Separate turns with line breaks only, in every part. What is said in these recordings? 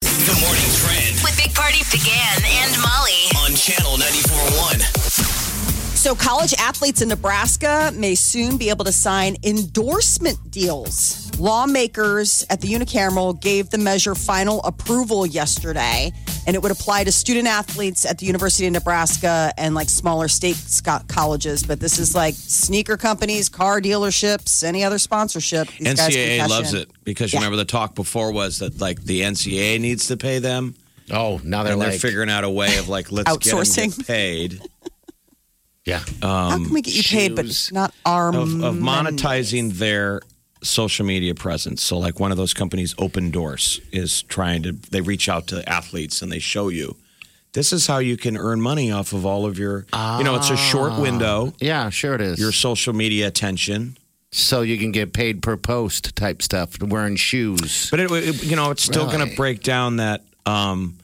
The morning trend
with Big Party began and Molly.
on channel 94.1.
So, college athletes in Nebraska may soon be able to sign endorsement deals. Lawmakers at the unicameral gave the measure final approval yesterday, and it would apply to student athletes at the University of Nebraska and like smaller state sco- colleges. But this is like sneaker companies, car dealerships, any other sponsorship. These guys can
NCAA
cash
loves
in.
it because
Yeah.
remember the talk before was that like the NCAA needs to pay them,
Oh, now they're
and they're
like,
figuring out a way of like let's get 'em
Outsourcing.
get paid
yeah,
How can we get you paid, but
shoes
not our
of, of
money?
monetizing their social media presence. So like one of those companies, Open Doors, is trying to they reach out to athletes and they show you this is how you can earn money off of all of your you know it's a short window
yeah, sure it is.
your social media attention.
so you can get paid per post type stuff. Wearing shoes.
But it, it- you know, it's still going to
Right.
break down that um,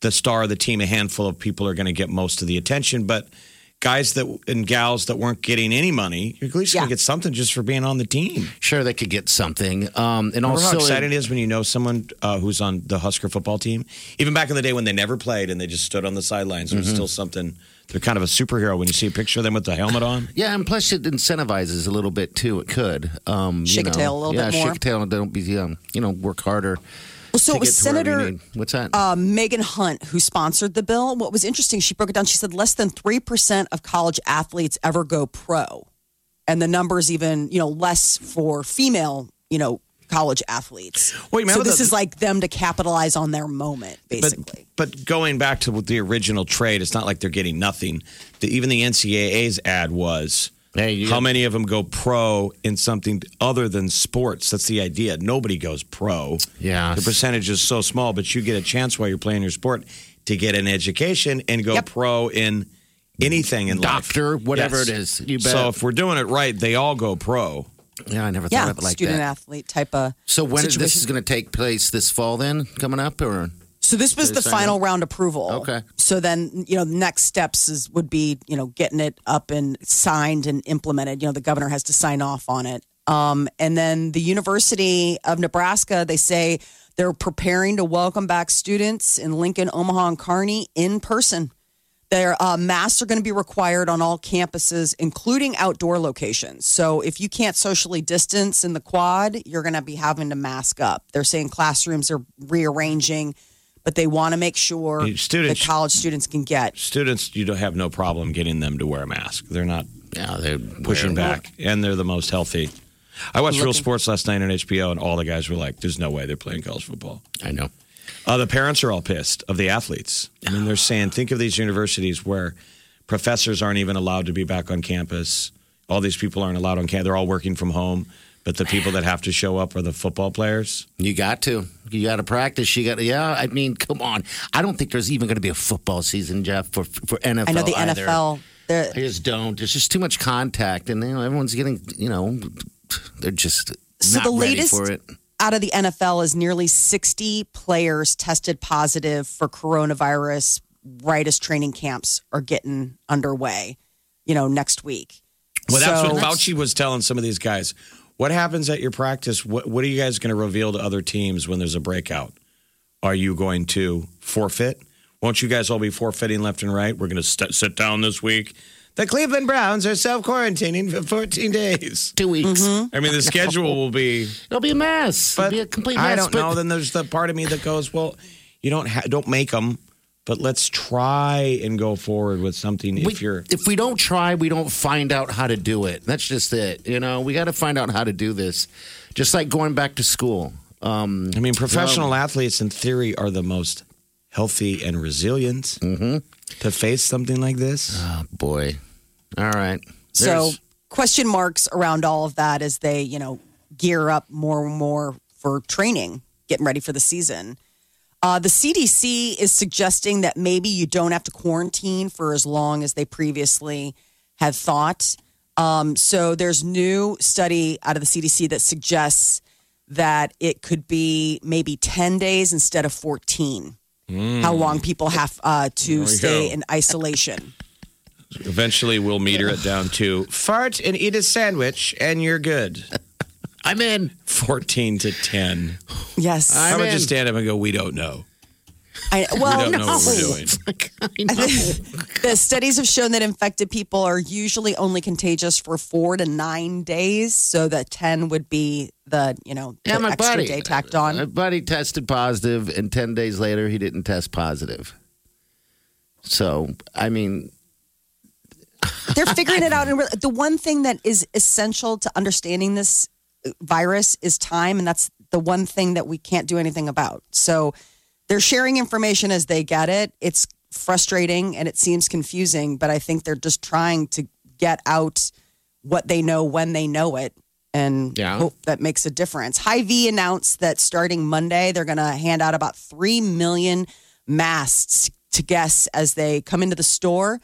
the star of the team, a handful of people are going to get most of the attention. But guys that and gals that weren't getting any money, you're at least going
Yeah.
to get something just for being on the team.
Sure, they could get something. Um, and
Remember how
also,
exciting it is when you know someone uh, who's on the Husker football team? Even back in the day when they never played and they just stood on the sidelines, it was still something. They're kind of a superhero when you see a picture of them with the helmet on.
Yeah, and plus it incentivizes a little bit too. It could um,
Shake
you
a
know.
tail a little
yeah,
bit more.
Shake a tail and don't be um, you know work harder.
Well, so
to
it was
get to wherever you
Senator
need. What's that?
uh, Megan Hunt who sponsored the bill. What was interesting, she broke it down. She said less than 3% of college athletes ever go pro. And the numbers even, you know, less for female, you know, college athletes.
Well, you
so
remember
this
the-
is like them to capitalize on their moment, basically.
But, but going back to the original trade, it's not like they're getting nothing. The, even the NCAA's ad was
Hey, you
how
got-
many of them go pro in something other than sports? That's the idea. Nobody goes pro.
Yeah.
The percentage is so small, but you get a chance while you're playing your sport to get an education and go
Yep.
pro in anything in life.
Doctor, whatever it is. You bet.
So if we're doing it right, they all go pro.
yeah, I never thought
yeah,
of it like
student
that.
athlete type of.
So when is this
situation.
is going to take place this fall? Then coming up or
So this was the
sign
final round approval.
Okay.
So then, you know, the next steps is would be, you know, getting it up and signed and implemented. You know, the governor has to sign off on it. Um, and then the University of Nebraska, they say they're preparing to welcome back students in Lincoln, Omaha, and Kearney in person. Their uh, masks are going to be required on all campuses, including outdoor locations. So if you can't socially distance in the quad, you're going to be having to mask up. They're saying classrooms are rearranging, but they want to make sure
Hey, students-
that college students can get.
Students, you don't have no problem getting them to wear a mask. They're not
yeah, they're
pushing
wearing-
back, and they're the most healthy. I watched Real Sports last night on HBO, and all the guys were like, "There's no way they're playing college football."
I know.
Uh, the parents are all pissed of the athletes. I mean, they're saying, "Think of these universities where professors aren't even allowed to be back on campus. All these people aren't allowed on campus. They're all working from home, but the people that have to show up are the football players."
You got to. You got to practice. You got to. Yeah, I mean, come on. I don't think there's even going to be a football season, Jeff, for for NFL.
I know the
either.
NFL. they're-
I just don't. There's just too much contact, and you know, everyone's getting, you know, they're just
So
not
the
ready
latest-
for it.
out of the NFL is nearly 60 players tested positive for coronavirus right as training camps are getting underway, you know, next week.
Well, that's
So-
what Fauci was telling some of these guys. What happens at your practice? What, what are you guys going to reveal to other teams when there's a breakout? Are you going to forfeit? Won't you guys all be forfeiting left and right? We're going to st- sit down this week. The Cleveland Browns are self quarantining for 14 days.
Two weeks.
Mm-hmm.
I mean, the schedule will be.
It'll be a mess.
But
It'll be a complete mess.
I don't
but
know. Then there's the part of me that goes, well, you don't ha- don't make them, but let's try and go forward with something.
we-
if you're
if we don't try, we don't find out how to do it. That's just it. You know, we got to find out how to do this. Just like going back to school. Um,
I mean, professional athletes in theory are the most healthy and resilient to face something like this.
oh, boy. All right.
So question marks around all of that as they, you know, gear up more and more for training, getting ready for the season. Uh, the CDC is suggesting that maybe you don't have to quarantine for as long as they previously had thought. Um, so there's new study out of the CDC that suggests that it could be maybe 10 days instead of 14. How long people have uh, to
Hmm. we
stay
go.
in isolation.
Eventually, we'll meter it down to fart and eat a sandwich, and you're good.
I'm in.
14 to 10.
Yes.
How
I'm
about
in.
just stand up and go, we don't know.
I, well,
We don't know what we're
no.
doing.
I know.
The studies have shown that infected people are usually only contagious for four to nine days, so that ten would be the you know the
Yeah, my
extra
buddy. uh,
day tacked
My
on.
buddy tested positive, and 10 days later, he didn't test positive. So, I mean,
They're figuring it out. And re- the one thing that is essential to understanding this uh, virus is time, and that's the one thing that we can't do anything about. So they're sharing information as they get it. It's frustrating and it seems confusing, but I think they're just trying to get out what they know when they know it and
Yeah.
hope that makes a difference. Hy-Vee announced that starting Monday, they're going to hand out about 3 million masks to guests as they come into the store,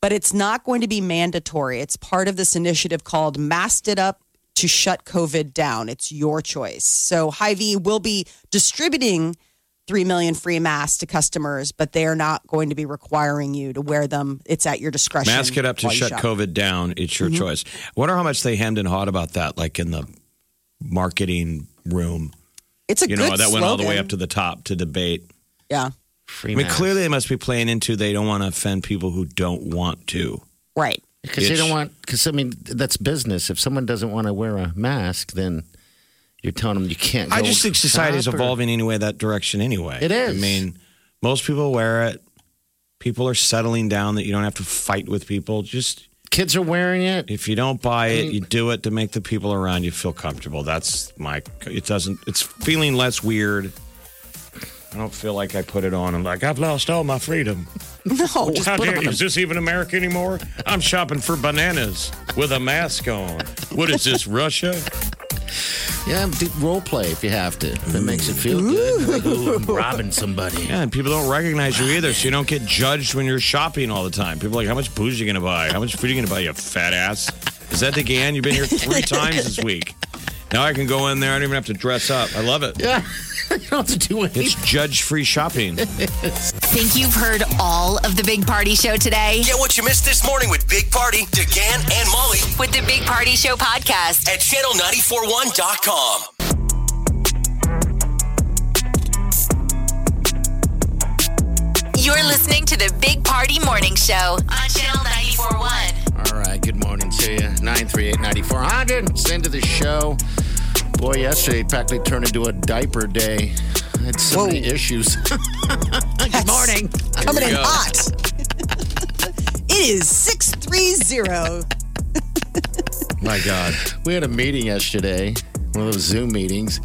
but it's not going to be mandatory. It's part of this initiative called Masked It Up to shut COVID down. It's your choice. So Hy-Vee will be distributing 3 million free masks to customers, but they are not going to be requiring you to wear them. It's at your discretion.
Mask it up to
while you
shut
shop.
COVID down. It's your choice. I wonder how much they hemmed and hawed about that, like in the marketing room.
It's a
You know,
good
that
slogan.
went all the way up to the top to debate.
Yeah.
free
I mean,
mask.
clearly they must be playing into they don't want to offend people who don't want to.
Right.
Because they
It's-
don't want, because I mean, that's business. If someone doesn't want to wear a mask, then you're telling them you can't.
I
go
just think society is
shop or-
evolving anyway that direction anyway.
It is.
I mean, most people wear it. People are settling down that you don't have to fight with people. Just
Kids are wearing it.
if you don't buy it, you do it to make the people around you feel comfortable. That's my. It doesn't. It's feeling less weird. I don't feel like I put it on. I'm like I've lost all my freedom.
No.
Oh,
Just
How
put
dare
on
you?
them.
Is this even America anymore? I'm shopping for bananas with a mask on. What is this, Russia?
Yeah, do role play if you have to. If it makes you feel good. Like, ooh, I'm robbing somebody.
Yeah, and people don't recognize you either, so you don't get judged when you're shopping all the time. People are like, how much booze are you going to buy? How much food are you going to buy, you fat ass? Is that the Gan? You've been here three times this week. Now I can go in there. I don't even have to dress up. I love it.
Yeah. you don't have to do anything.
It's judge-free shopping.
Think you've heard all of the Big Party Show today?
Get what you missed this morning with Big Party, DeGan, and Molly
With the Big Party Show podcast.
at channel941.com.
You're listening to the Big Party Morning Show on Channel 941.
All right, good morning to you. 938-9400. It's the end of the show. Boy, yesterday practically turned into a diaper day. I had so many issues. good morning.
Coming in
Here we go.
hot. it is 630.
My God.
We had a meeting yesterday, one of those Zoom meetings,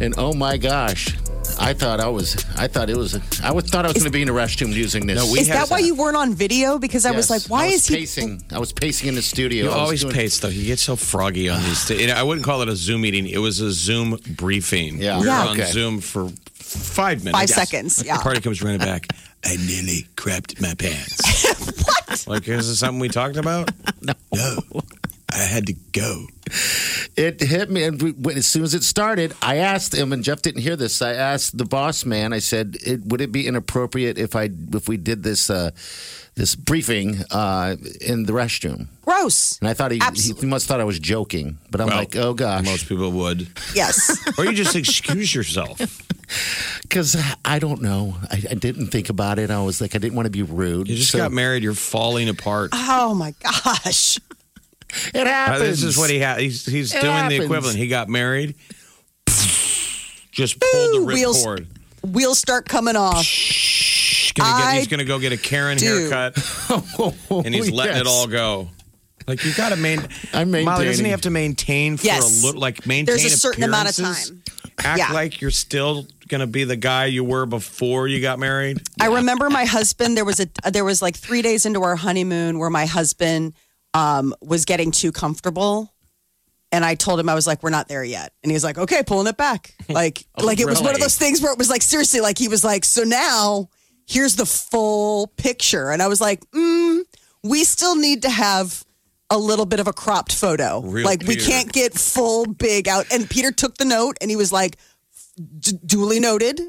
and oh my gosh. I thought I was. I thought it was. I was thought I was going to be in a restroom using this.
No, we
Is
had
that why you weren't on video? Because I was like,
Yes.
why
I
is he?
pacing? I was pacing in the studio.
You
I was
always
doing-
pace, though. You get so froggy on these things. I wouldn't call it a Zoom meeting. It was a Zoom briefing.
Yeah.
We were
Yeah.
on
Okay.
Zoom for five minutes.
Five seconds, yeah.
The party comes running back. I nearly crapped my pants. what? Like, is this something we talked about? no. No. I had to go.
It hit me, and we, when- as soon as it started, I asked him, and Jeff didn't hear this. I asked the boss man. I said, it, "Would it be inappropriate if I if we did this uh, this briefing uh, in the restroom?"
Gross.
And I thought he, he,
Absolutely.
must thought I was joking, but I'm
Well,
like, "Oh
Most
gosh,"
people would.
Yes.
Or you just excuse yourself.
because I don't know. I, I didn't think about it. I was like, I didn't want to be rude.
You just
So-
got married. You're falling apart.
Oh my gosh.
Uh,
It happens.
This is what he had. He's, he's
It
doing
happens.
the equivalent. He got married. Just pulled the
Ooh, wheels-
ripcord.
Wheels start coming off.
He's gonna, get,
I
he's gonna go get a Karen
do. Oh,
haircut, and he's letting it
Yes.
all go. Like you gotta maintain.
I'm
Molly, doesn't
maintaining.
he have to maintain for
Yes.
a little? Like maintain.
There's a certain amount of
appearances?
time.
Act
Yeah.
like you're still gonna be the guy you were before you got married.
I remember my husband. There was a there was like three days into our honeymoon where my husband um, was getting too comfortable, and I told him I was like, "We're not there yet," and he was like, "Okay, pulling it back." Like, like it was one of
Oh, really?
those things where it was like, seriously, like he was like, "So now here's the full picture," and I was like, mm, "We still need to have." A little bit of a cropped photo.
Real
like, we
Peter.
can't get full big out. And Peter took the note and he was like, d- duly noted,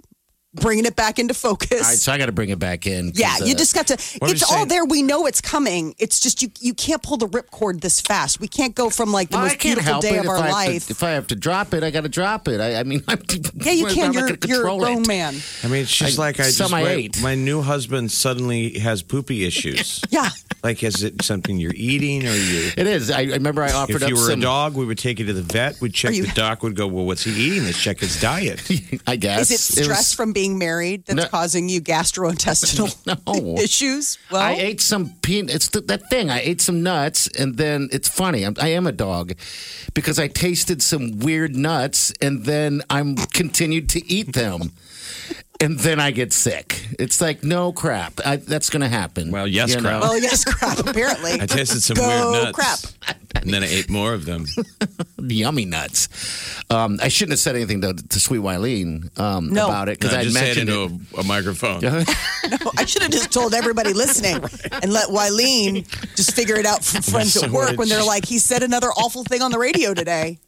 bringing it back into focus.
All right, so I got to bring it back in. 'cause,
Yeah, you
uh,
just got to.
what
It's
was you
all
saying?
there. We know it's coming. It's just you. You can't pull the ripcord this fast. We can't go from like the
I
most
can't
beautiful
help
day
it.
of
if
our
I have
life.
to, if I have to drop it, I got to drop it. I, I mean, I'm,
yeah, you
I'm
can.
not
You're
gonna
you're a
control
grown
it.
man.
I mean, it's just
I-
like I just
some I
my,
ate.
my new husband suddenly has poopy issues.
Yeah.
Like, is it something you're eating or you?
It is. I, I remember I offered
If
up
you were
some.
a dog, we would take you to the vet. We'd check
Are you-
the doc. Would go, well, what's he eating? Let's check his diet.
I
Is
guess
it stress
was-
from being married that's
No.
causing you gastrointestinal
No.
issues? Well,
I ate some peanut. It's th- that thing. I ate some nuts, and then it's funny. I'm, I am a dog because I tasted some weird nuts, and then I'm continued to eat them, and then I get sick. It's like no crap. I, that's going to happen.
Well, yes,
You
crap.
know?
well, yes, crap. Apparently,
I tasted some
Go
weird nuts.
crap.
And then I ate more of them.
yummy nuts. Um, I shouldn't have said anything to, to Sweet Wileen um,
No.
about it because
No,
I
just say it
mentioned
into
it.
A, a microphone.
No, I should have just told everybody listening and let Wileen just figure it out from friends at work when they're like, he said another awful thing on the radio today.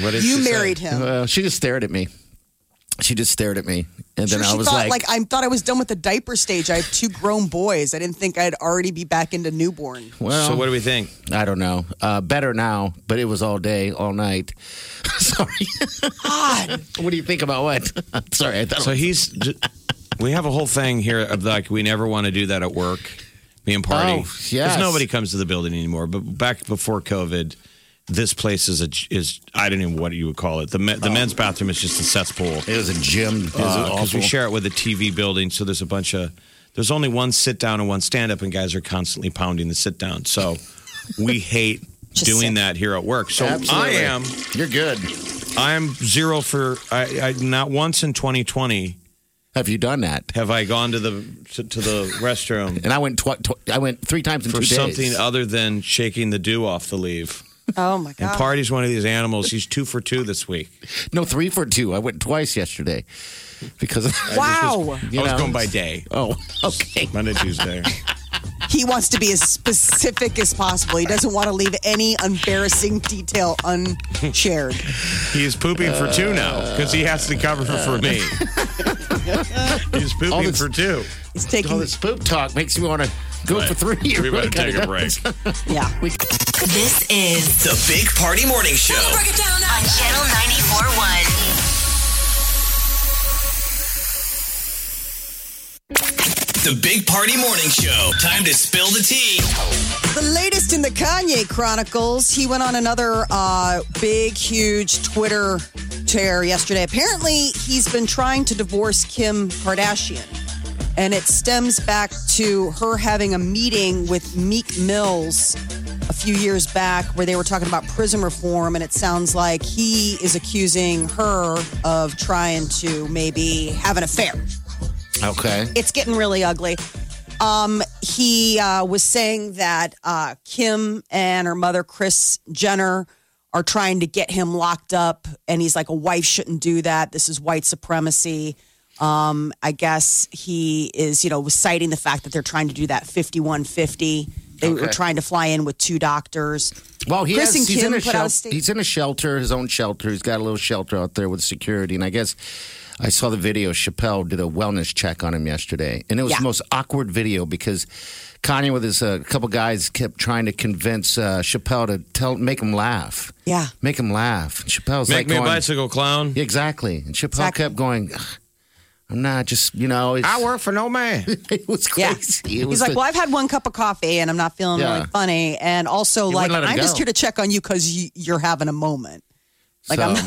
What did
You
she say?
married him.
Well, she just stared at me. She just stared at me, and then
Sure,
I
she
was
thought,
like,
like, I thought I was done with the diaper stage. I have two grown boys. I didn't think I'd already be back into newborn.
"Well,
so what do we think?
I don't know. Uh, better now, but it was all day, all night. Sorry.
God,
what do you think about what? Sorry, I thought.
So he's. j- We have a whole thing here of like we never want to do that at work, me and party.
Oh, yes.
nobody comes to the building anymore. But back before COVID, this place is a is I don't even know what you would call it. The me, the men's bathroom is just a cesspool.
it was a gym. Uh, It was
because
awful.
we share it with a TV building. So there's a bunch of there's only one sit down and one stand up, and guys are constantly pounding the sit down. So we hate doing
sit.
that here at work. So
Absolutely.
I am
You're good.
I'm zero for I, I not once in 2020
Have you done that?
have I gone to the to, to the restroom
And I went. Tw- tw- I went three times in
for
two days.
something other than shaking the dew off the leaf.
oh my
And
God.
Party's one of these animals. He's two for two this week.
No, three for two. I went twice yesterday because.
wow,
You
I was
know,
going by day,
Oh, okay.
Monday, Tuesday.
he wants to be as specific as possible. He doesn't want to leave any embarrassing detail unshared.
He is pooping for two now because he has to cover for me. He's
All
pooping
this-
for two.
He's
All
taking,
this poop talk makes me want to go for three.
We better
Really
take
kinda
a break.
does.
yeah.
This is
The Big Party Morning Show.
on Channel 94.1.
The Big Party Morning Show. Time to spill the tea.
The latest in the Kanye Chronicles, he went on another uh, big, huge Twitter tear yesterday. Apparently, he's been trying to divorce Kim Kardashian, and it stems back to her having a meeting with Meek Mills a few years back where they were talking about prison reform, and it sounds like he is accusing her of trying to maybe have an affair
Okay.
it's getting really ugly. Um, he uh, was saying that uh, Kim and her mother, Chris Jenner, are trying to get him locked up, and he's like, "A wife shouldn't do that. This is white supremacy." Um, I guess he is, you know, citing the fact that they're trying to do that fifty-one fifty. They were
Okay.
trying to fly in with two doctors.
Well, he
Chris
has,
and
he's
Kim
in a
put out a
shelter.
state-
he's in a shelter, his own shelter. He's got a little shelter out there with security, and I guess I saw the video. Chappelle did a wellness check on him yesterday, and it was
Yeah.
the most awkward video because Kanye with his uh, couple guys kept trying to convince uh, Chappelle to tell make him laugh.
Yeah.
make him laugh. And Chappelle's
Make
like
me a
going,
bicycle clown.
Yeah, exactly, and Chappelle
Exactly.
kept going. "Ugh, I'm not just you know. It's,
I work for no man.
It was
Yeah.
crazy. It was
He's like,
the-
well, I've had one cup of coffee and I'm not feeling
Yeah.
really funny. And also, like,
wouldn't let him
I'm just
go.
here to check on you because you, you're having a moment. Like, I'm,
So,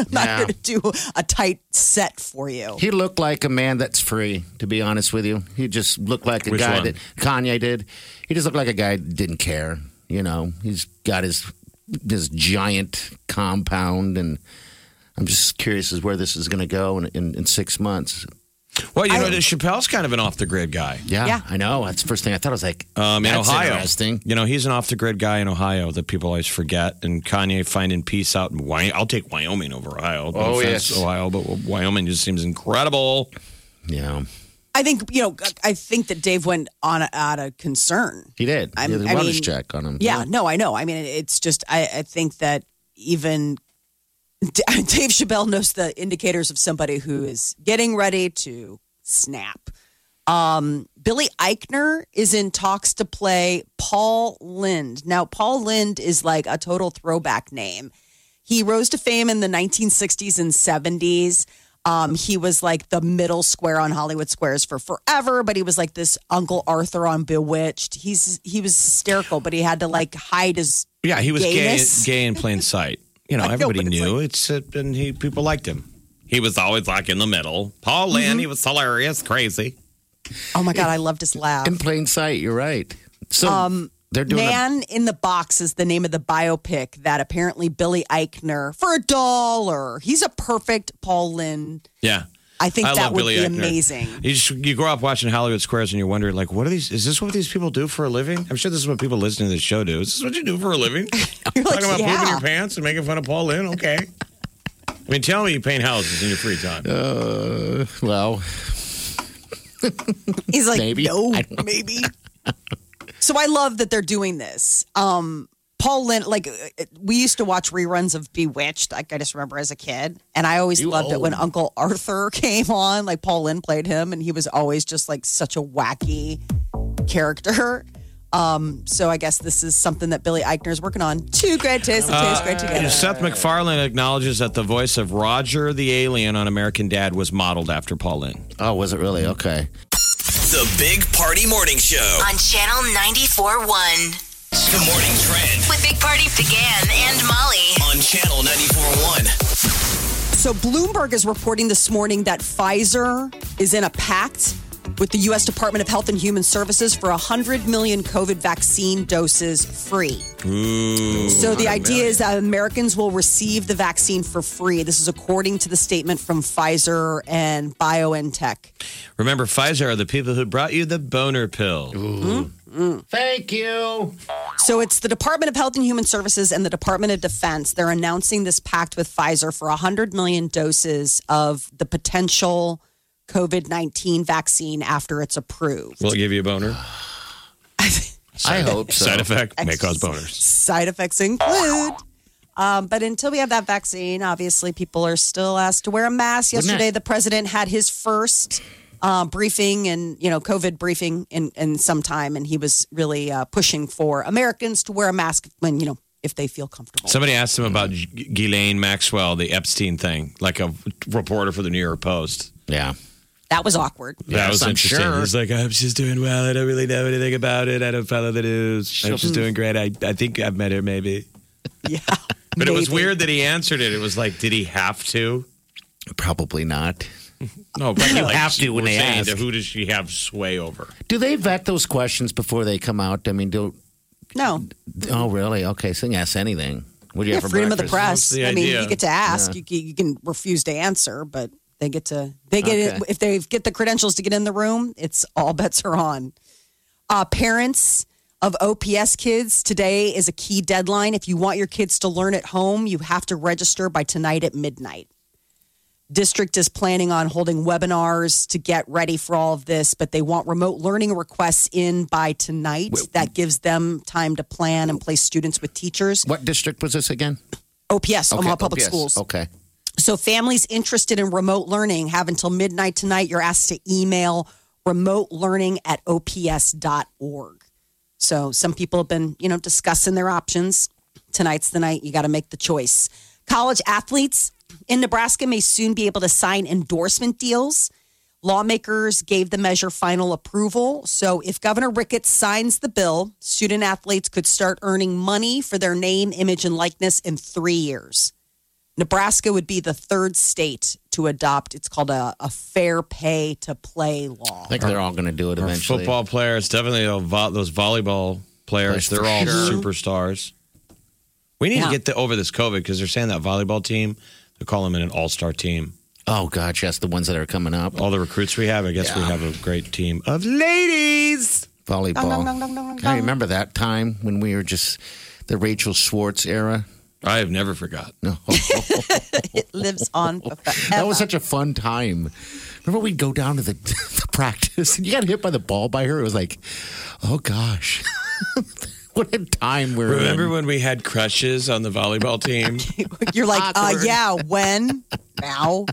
I'm not
yeah.
here to do a tight set for you.
He looked like a man that's free, to be honest with you. He just looked like a
Which
guy
one?
that Kanye did. He just looked like a guy that didn't care. You know, he's got his this giant compound, and I'm just curious as where this is going to go in, in, in six months.
Well, you
I-
know, Chappelle's kind of an off the grid guy.
Yeah,
Yeah.
I know. That's the first thing I thought. I was like,
Um, in
that's
Ohio,
interesting.
you know, he's an off the grid guy in Ohio that people always forget. And Kanye finding peace out in Wyoming. I'll take Wyoming over Ohio. No
Oh,
offense,
yes.
Ohio, but Wyoming just seems incredible.
Yeah,
I think you know. I think that Dave went on out of concern.
he did.
I'm-
he had a
I
runners
mean,
check on him.
Yeah, no, I know. I mean, it's just I, I think that even D- Dave Chappelle knows the indicators of somebody who is getting ready to snap. Um, Billy Eichner is in talks to play Paul Lind. Now, Paul Lind is like a total throwback name. He rose to fame in the 1960s and 70s. Um, he was like the middle square on Hollywood Squares for forever, but he was like this Uncle Arthur on Bewitched. He's he was hysterical, but he had to like hide his
Yeah, he was gay,
Gayness.
gay in plain sight. You know,
I know,
everybody
but it's
knew it's, uh, and he people liked him. He was always like in the middle. Paul Lynn, he was hilarious, crazy.
oh my god, I loved his laugh.
in plain sight. You're right. So
Um,
they're doing. a,
Man in the Box is the name of the biopic that apparently Billy Eichner for a dollar. He's a perfect Paul Lynn.
Yeah.
I think that
love
would
Billy
be
Eichner.
amazing.
You just, you grow up watching Hollywood Squares and you wonder like, what are these? Is this what these people do for a living? I'm sure this is what people listening to this show do. Is this what you do for a living?
You're like,
Talking about pooping
yeah.
your pants and making fun of Paul Lynn. Okay. I mean, tell me you paint houses in your free time.
well,
He's like,
Maybe.
no,
I don't know."
maybe. so I love that they're doing this. Um, Paul Lynn, like uh, we used to watch reruns of Bewitched. Like I just remember as a kid, and I always
You
loved it when
old.
Uncle Arthur came on. Like Paul Lynn played him, and he was always just like such a wacky character. Um, so I guess this is something that Billy Eichner is working on. Two great tastes, that taste
Uh,
great together.
Seth MacFarlane acknowledges that the voice of Roger the alien on American Dad was modeled after Paul Lynn.
oh, was it really okay?
The Big Party Morning Show.
on Channel 94.1.
The Morning Trend
With Big Party began and Molly.
on Channel 94.1.
So Bloomberg is reporting this morning that Pfizer is in a pact with the U.S. Department of Health and Human Services for 100 million COVID vaccine doses free. so the idea is that Americans will receive the vaccine for free. This is according to the statement from Pfizer and BioNTech.
Remember, Pfizer are the people who brought you the boner pill.
Thank you.
So it's the Department of Health and Human Services and the Department of Defense. They're announcing this pact with Pfizer for 100 million doses of the potential COVID 19 vaccine after it's approved.
Will it give you a boner?
I hope so.
Side effect may cause boners.
Side effects include. Um, but until we have that vaccine, obviously people are still asked to wear a mask.
Wouldn't
Yesterday,
it-
the president had his first uh, briefing and you know COVID briefing in in some time, and he was really uh, pushing for Americans to wear a mask when you know if they feel comfortable.
Somebody asked him about G- Ghislaine Maxwell, the Epstein thing, like a reporter for the New York Post.
Yeah.
that was awkward.
that
Yes,
was
I'm
interesting.
sure.
He's like, I hope she's doing well. I don't really know anything about it. I don't follow the news. I hope she's doing great. I, I think I've met her, maybe.
Yeah.
But it was
Maybe.
weird that he answered it. It was like, did he have to?
Probably not.
No, but you
have to when they ask.
Who does she have sway over?
Do they vet those questions before they come out? I mean, do
No.
oh really? Okay, so you can ask anything. What do you
Yeah,
have for
freedom of the press.
breakfast?
That's the
I mean,
idea.
you get to ask. You, can- you can refuse to answer, but they get to they get it,
Okay.
if they get the credentials to get in the room. It's all bets are on. Uh, parents of OPS kids, today is a key deadline. If you want your kids to learn at home, you have to register by tonight at midnight. District is planning on holding webinars to get ready for all of this, but they want remote learning requests in by tonight. that gives them time to plan and place students with teachers.
What district was this again?
OPS, Omaha Public
OPS.
Schools.
Okay.
So families interested in remote learning have until midnight tonight. You're asked to email remote learning at ops.org. So some people have been, you know, discussing their options. Tonight's the night you got to make the choice. College athletes in Nebraska may soon be able to sign endorsement deals. Lawmakers gave the measure final approval. So if Governor Ricketts signs the bill, student athletes could start earning money for their name, image, and likeness in three years. Nebraska would be the third state to adopt. It's called a, a fair pay to play law.
I think they're all going to do it eventually.
Football players, definitely those vo- those volleyball players.
Players
they're
for
all
sure.
superstars. We need
Yeah.
to get the, over this COVID because they're saying that volleyball team, they're calling it an all star team.
Oh, gosh, yes, the ones that are coming up.
All the recruits we have, I guess we have a great team of ladies.
Volleyball. I remember that time when we were just the Rachel Schwartz era.
I have never forgot.
No.
It lives on forever.
That was such a fun time. Remember, we'd go down to the, the practice and you got hit by the ball by her. It was like, oh gosh, what a time we are
Remember
in.
when we had crushes on the volleyball team?
You're like, uh, yeah, when? Now?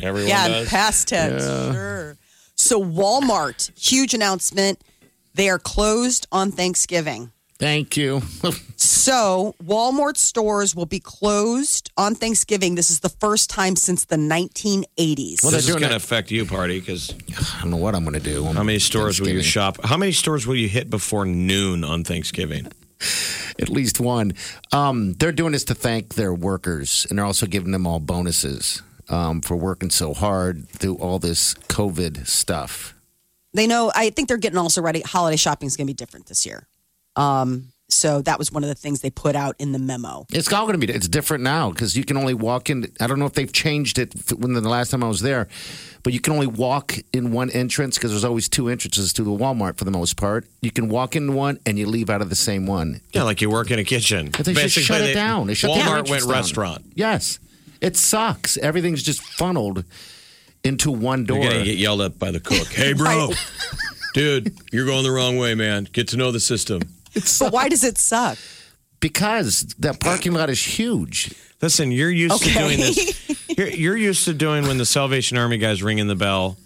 Everyone
yeah,
does.
past tense. Sure. So, Walmart, huge announcement. They are closed on Thanksgiving.
Thank you.
So, Walmart stores will be closed on Thanksgiving. This is the first time since the 1980s.
Well,
this
they're
is
doing
going to
it-
affect you, party, because
I don't know what I'm going to do.
how many stores will you
Thanksgiving.
shop? How many stores will you hit before noon on Thanksgiving?
At least one. Um, they're doing this to thank their workers, and they're also giving them all bonuses um, for working so hard through all this COVID stuff.
they know i think they're getting also ready holiday shopping is going to be different this year um, so that was one of the things they put out in the memo
It's all going to be. It's different now because you can only walk in. I don't know if they've changed it f- when the last time I was there, but you can only walk in one entrance because there's always two entrances to the Walmart for the most part. You can walk in one and you leave out of the same one.
Yeah, like you work in a kitchen.
But they should shut it down. They shut the
Walmart
entrance
went
down.
restaurant.
Yes, it sucks. Everything's just funneled into one door.
You're going to get yelled at by the cook. Hey, bro. Dude, you're going the wrong way, man. Get to know the system.
but why does it suck
because that parking lot is huge.
Listen, you're used to doing this. You're, you're used to doing when the Salvation Army guys ringing the bell.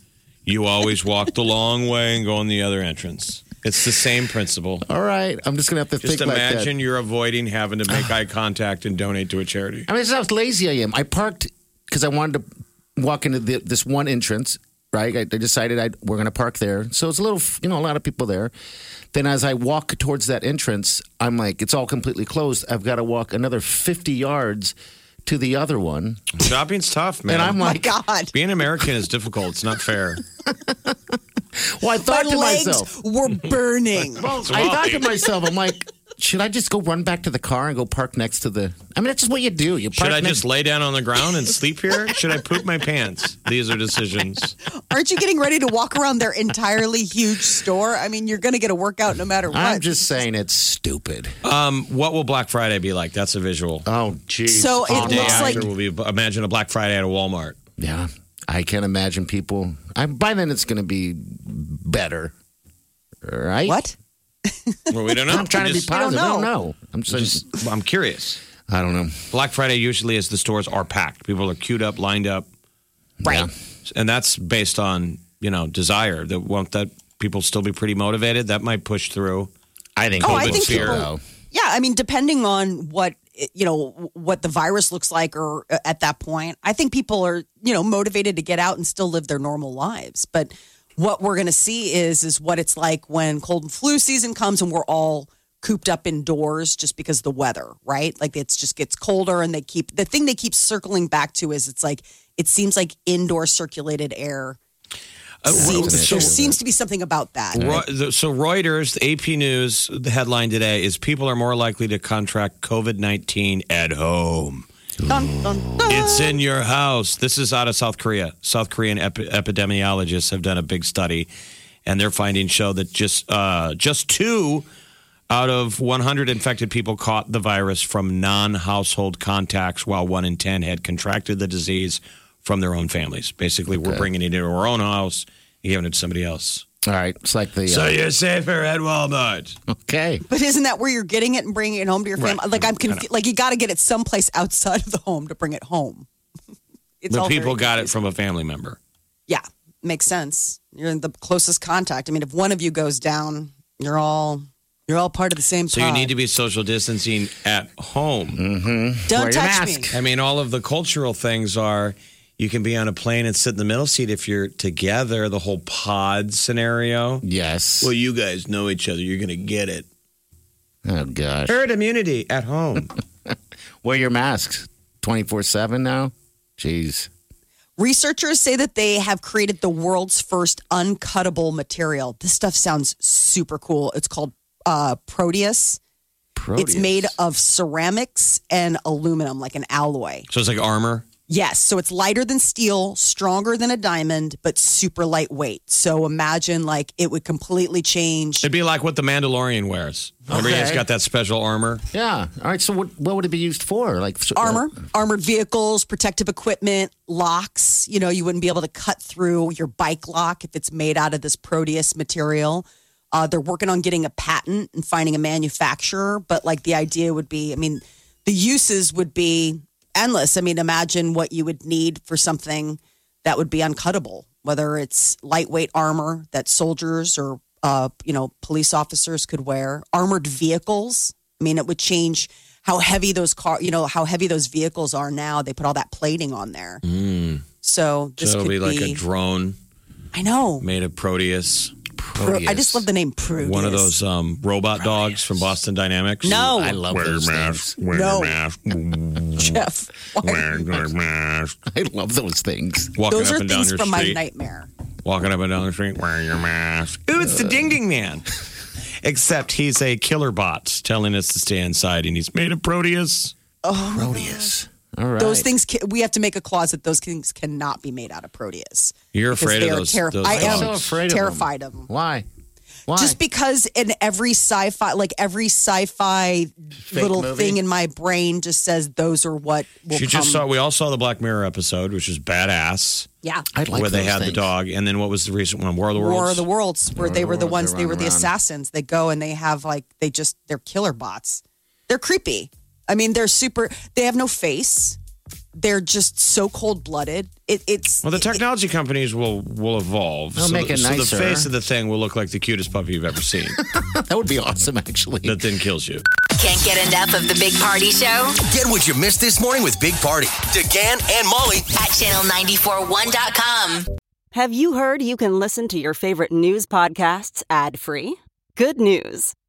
You always walk the long way and go in the other entrance. It's the same principle.
All right, I'm just going to have to
Just
think like that.
imagine you're avoiding having to make eye contact and donate to a charity.
I mean, this is how lazy I am. I parked because I wanted to walk into the, this one entrance, right? I, I decided I, we're going to park there. So it's a little, you know, a lot of people there. Then as I walk towards that entrance, I'm like, it's all completely closed. I've got to walk another 50 yards to the other one.
Shopping's tough, man.
And I'm
Oh my
like,
god
being American is difficult. It's not fair.
well, I
my
thought to
legs
myself,
were burning
I thought to myself, I'm like, should I just go run back to the car and go park next to the? I mean, that's just what you do. You park
Should I
next
just lay down on the ground and sleep here? Should I poop my pants? These are decisions.
aren't you getting ready to walk around their entirely huge store i mean you're going to get a workout no matter what
I'm just saying it's stupid.
Um, what will Black Friday be like? That's a visual.
Oh, geez.
So it
The day
looks like-
after will be imagine a Black Friday at a Walmart.
Yeah, I can't imagine people. I, by then, it's going to be better, right?
what
Well, we don't know.
I'm trying to be
We
positive. I
don't
don't know. I'm just,
just- I'm curious.
I don't know.
Black Friday usually is the stores are packed. People are queued up, lined up,
Right.
and that's based on you know desire. That won't that people still be pretty motivated? That might push through.
I think.
Oh, I
people
think
fear,
people-
though.
yeah i mean depending on what you know what the virus looks like or uh, at that point i think people are you know motivated to get out and still live their normal lives but what we're going to see is is what it's like when cold and flu season comes and we're all cooped up indoors just because the weather right like it's just gets colder and they keep the thing they keep circling back to is it's like it seems like indoor circulated air seems,
it's an
there
issue.
seems to be something about that
Roy, the, so Reuters, the AP News, the headline today is people are more likely to contract COVID nineteen at home.
Dun, dun, dun.
It's in your house. This is out of South Korea. South Korean epi- epidemiologists have done a big study, and their findings show that just uh, just two out of 100 infected people caught the virus from non-household contacts, while one in 10 had contracted the disease from their own families. Basically, we're bringing it into our own house, and giving it to somebody else.
All right. It's like the. uh,
So you're safer at Walmart.
okay.
But isn't that where you're getting it and bringing it home to your family? Like I'm confused. Like you got to get it someplace outside of the home to bring it home. it's
The
all
people
very-
got it from a family member.
yeah, makes sense. You're in the closest contact. I mean, if one of you goes down, you're all you're all part of the same.
So you need to be social distancing at home.
don't
wear your
touch me.
mask.
I mean, all of the cultural things are you can be on a plane and sit in the middle seat if you're together, the whole pod scenario.
Yes.
Well, you guys know each other. You're going to get it.
oh gosh.
Herd immunity at home.
Wear your masks 24 seven now. Jeez.
Researchers say that they have created the world's first uncuttable material. This stuff sounds super cool. It's called uh, Proteus. It's made of ceramics and aluminum, like an alloy.
so it's like armor.
Yes. So it's lighter than steel, stronger than a diamond, but super lightweight. So imagine like it would completely change.
It'd be like what the Mandalorian wears. Remember,
Okay.
he's got that special armor.
Yeah. All right. So what, what would it be used for? Like so- uh,
Armor, armored vehicles, protective equipment, locks. You know, you wouldn't be able to cut through your bike lock if it's made out of this Proteus material. Uh, they're working on getting a patent and finding a manufacturer, but like the idea would be, I mean, the uses would be endless. I mean, imagine what you would need for something that would be uncuttable, whether it's lightweight armor that soldiers or uh, you know police officers could wear, armored vehicles. I mean, it would change how heavy those car, you know, how heavy those vehicles are now. They put all that plating on there, so this
Mm. so it'll
could
be like a drone
I know.
made of Proteus.
Pro- I just love the name Prude.
One of those um, robot dogs from Boston Dynamics.
No,
I love those things.
wear no. mask. Jeff, why-
I love those things.
Walking
those
up
are
and down
things
your
from my
street.
nightmare.
Walking up and down the street wearing your mask. Uh, Ooh, it's the Ding Ding Man. Except he's a killer bot telling us to stay inside and he's made of Proteus.
Proteus. All right.
Those things ca- we have to make a clause that those things cannot be made out of Proteus.
You're
Because
afraid
they
of
are
those,
terrif-
those
I
I'm
dogs.
am.
so afraid of
terrified
them.
of 'em.
Why? Why?
Just because in every sci-fi, like every sci-fi little
movie?
thing in my brain, just says those are what will
She
come.
just saw, we all saw the Black Mirror episode, which is badass,
yeah,
I like
where they
those
had the
things.
dog. And then what was the recent one? War of the Worlds?
War of the Worlds, where they
of
were
the
the
Worlds,
ones
they
they
run
were the
around.
assassins. They go and they have like they just they're killer bots. They're creepy. I mean, they're super. They have no face. They're just so cold blooded. It, it's
Well, the technology companies will will evolve.
They'll make it
the, so
nicer.
the face of the thing will look like the cutest puppy you've ever seen
That would be awesome, actually.
that then kills you.
Can't get enough of the Big Party Show
Get what you missed this morning with Big Party, DeGan and Molly
at channel941.com.
Have you heard you can listen to your favorite news podcasts ad free? Good news!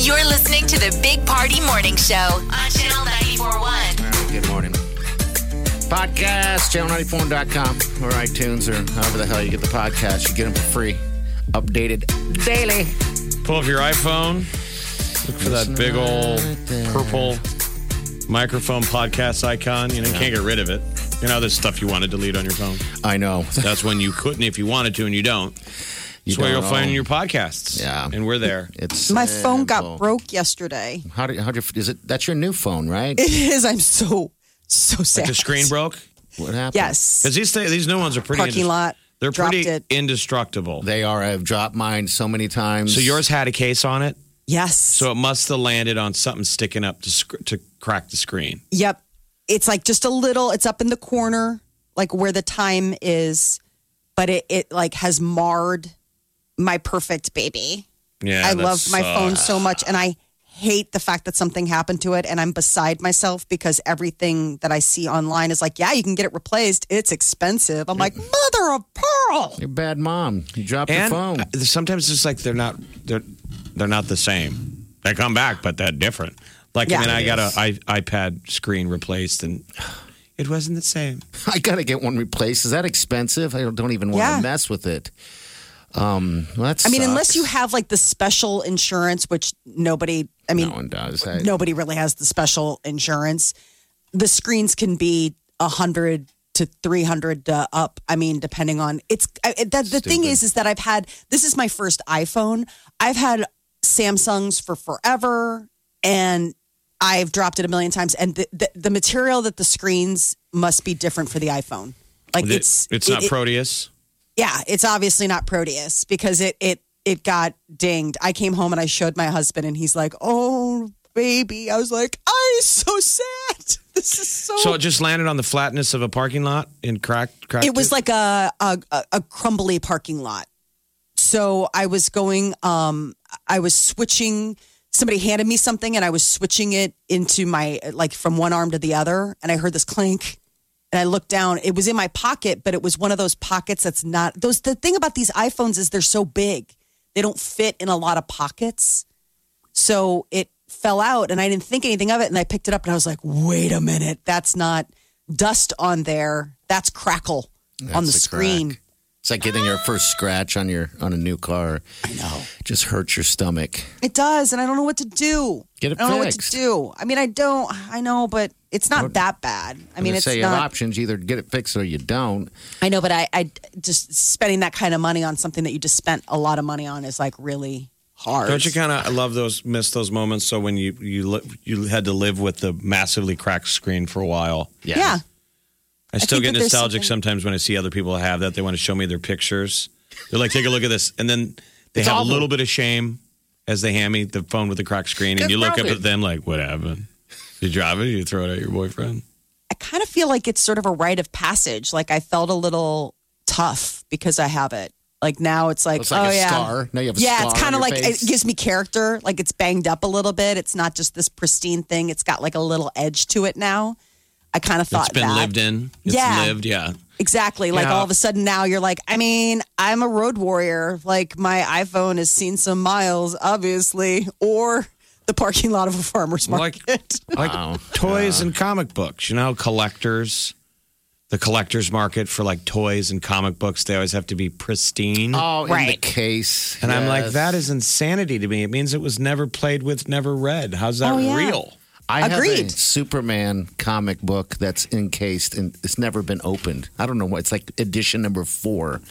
You're listening to the Big Party Morning Show on Channel 941.
All right, good morning. Podcast, channel94.com or iTunes or however the hell you get the podcast. You get them for free. Updated daily.
Pull up your iPhone, look for that big old purple microphone podcast icon. You know, you can't get rid of it. You know, there's stuff you want to delete on your phone.
I know.
That's when you couldn't if you wanted to, and you don't. That's where you'll
don't
find
know.
your podcasts.
Yeah.
and we're there.
It's
my phone
simple.
got broke yesterday.
How did, how did, is it? That's your new phone, right?
It is. I'm so so sad.
The screen broke
What happened?
Yes.
because these th- these new ones are pretty.
Parking lot,
They're
dropped
pretty
it.
indestructible.
They are. I've dropped mine so many times.
so yours had a case on it.
Yes.
So it must have landed on something sticking up to sc- to crack the screen.
Yep. It's like just a little, it's up in the corner, like where the time is, but it, it like has marred my perfect baby.
Yeah, uh,
I
that
love my
sucks.
phone so much and I hate the fact that something happened to it and I'm beside myself because everything that I see online is like, yeah, you can get it replaced. It's expensive. I'm like, mother of pearl.
You're a bad mom. You dropped
And
your phone.
uh, sometimes it's like they're not they're they're not the same. They come back, but they're different. Like
Yeah,
I mean, I
it
got
is.
a I, iPad screen replaced, and it wasn't the same.
I gotta get one replaced. Is that expensive? I don't, don't even want to
Yeah.
mess with it. Um, well, that
I mean, unless
sucks.
you have like the special insurance, which nobody, I mean,
no one does. I,
nobody really has the special insurance. The screens can be a hundred to three hundred uh, up. I mean, depending on it's. I, it- that, the thing is, is that I've had this is my first iPhone. I've had Samsungs for forever, and I've dropped it a million times, and the, the, the material that the screens must be different for the iPhone. Like
That-
it's
it's
it-
not
it-
Proteus.
yeah, it's obviously not Proteus because it it it got dinged. I came home and I showed my husband, and he's like, "Oh, baby," I was like, "I'm so sad. This is so."
So it just landed on the flatness of a parking lot and cracked. cracked
it was like a a, a- a crumbly parking lot. So I was going. Um, I was switching. Somebody handed me something, and I was switching it into my like from one arm to the other, and I heard this clink. And I looked down. It was in my pocket, but it was one of those pockets that's not those. The thing about these iPhones is they're so big, they don't fit in a lot of pockets. So it fell out and I didn't think anything of it. And I picked it up and I was like, wait a minute, that's not dust on there. That's crackle on the
That's a
screen.
crack. It's like getting your first scratch on your on a new car. I know. Just hurts your stomach.
It does. And I don't know what to do.
Get it
I don't
fixed.
know what to do. I mean, I don't, I know, but it's not that bad. I mean,
They
it's
say you have
not.
options: either get it fixed or you don't.
I know, but I, I just spending that kind of money on something that you just spent a lot of money on is like really hard.
Don't you kind of love those miss those moments? So when you you li- you had to live with the massively cracked screen for a while.
yeah.
I still
think
get
that there's
nostalgic
something-
sometimes when I see other people have that. They want to show me their pictures. They're like, "Take a look at this," and then they
It's
have
awful.
a little bit of shame as they hand me the phone with the cracked screen, and
That's
you look up
probably-
at them like, "What happened? You drive it? You throw it at your boyfriend?"
I kind of feel like it's sort of a rite of passage. Like I felt a little tough because I have it. Like now it's like,
It's like
oh
a
yeah,
scar. Now you have a
yeah.
scar
It's kind of
on
like
your face.
it gives me character. Like it's banged up a little bit. It's not just this pristine thing. It's got like a little edge to it now. I kind of thought
It's been
that
lived in. It's
Yeah.
lived. Yeah.
exactly. Like
Yeah.
all of a sudden now you're like, I mean, I'm a road warrior. Like my iPhone has seen some miles, obviously, or the parking lot of a farmer's market.
Like- like
Wow.
toys and comic books. You know, how collectors, the collectors market for like toys and comic books, they always have to be pristine.
Oh, in the
Right.
case.
and I'm like,
Yes.
that is insanity to me. It means it was never played with, never read. How's that
Oh, yeah.
real?
I have a
Agreed.
Superman comic book that's encased and it's never been opened. I don't know why. It's like edition number four.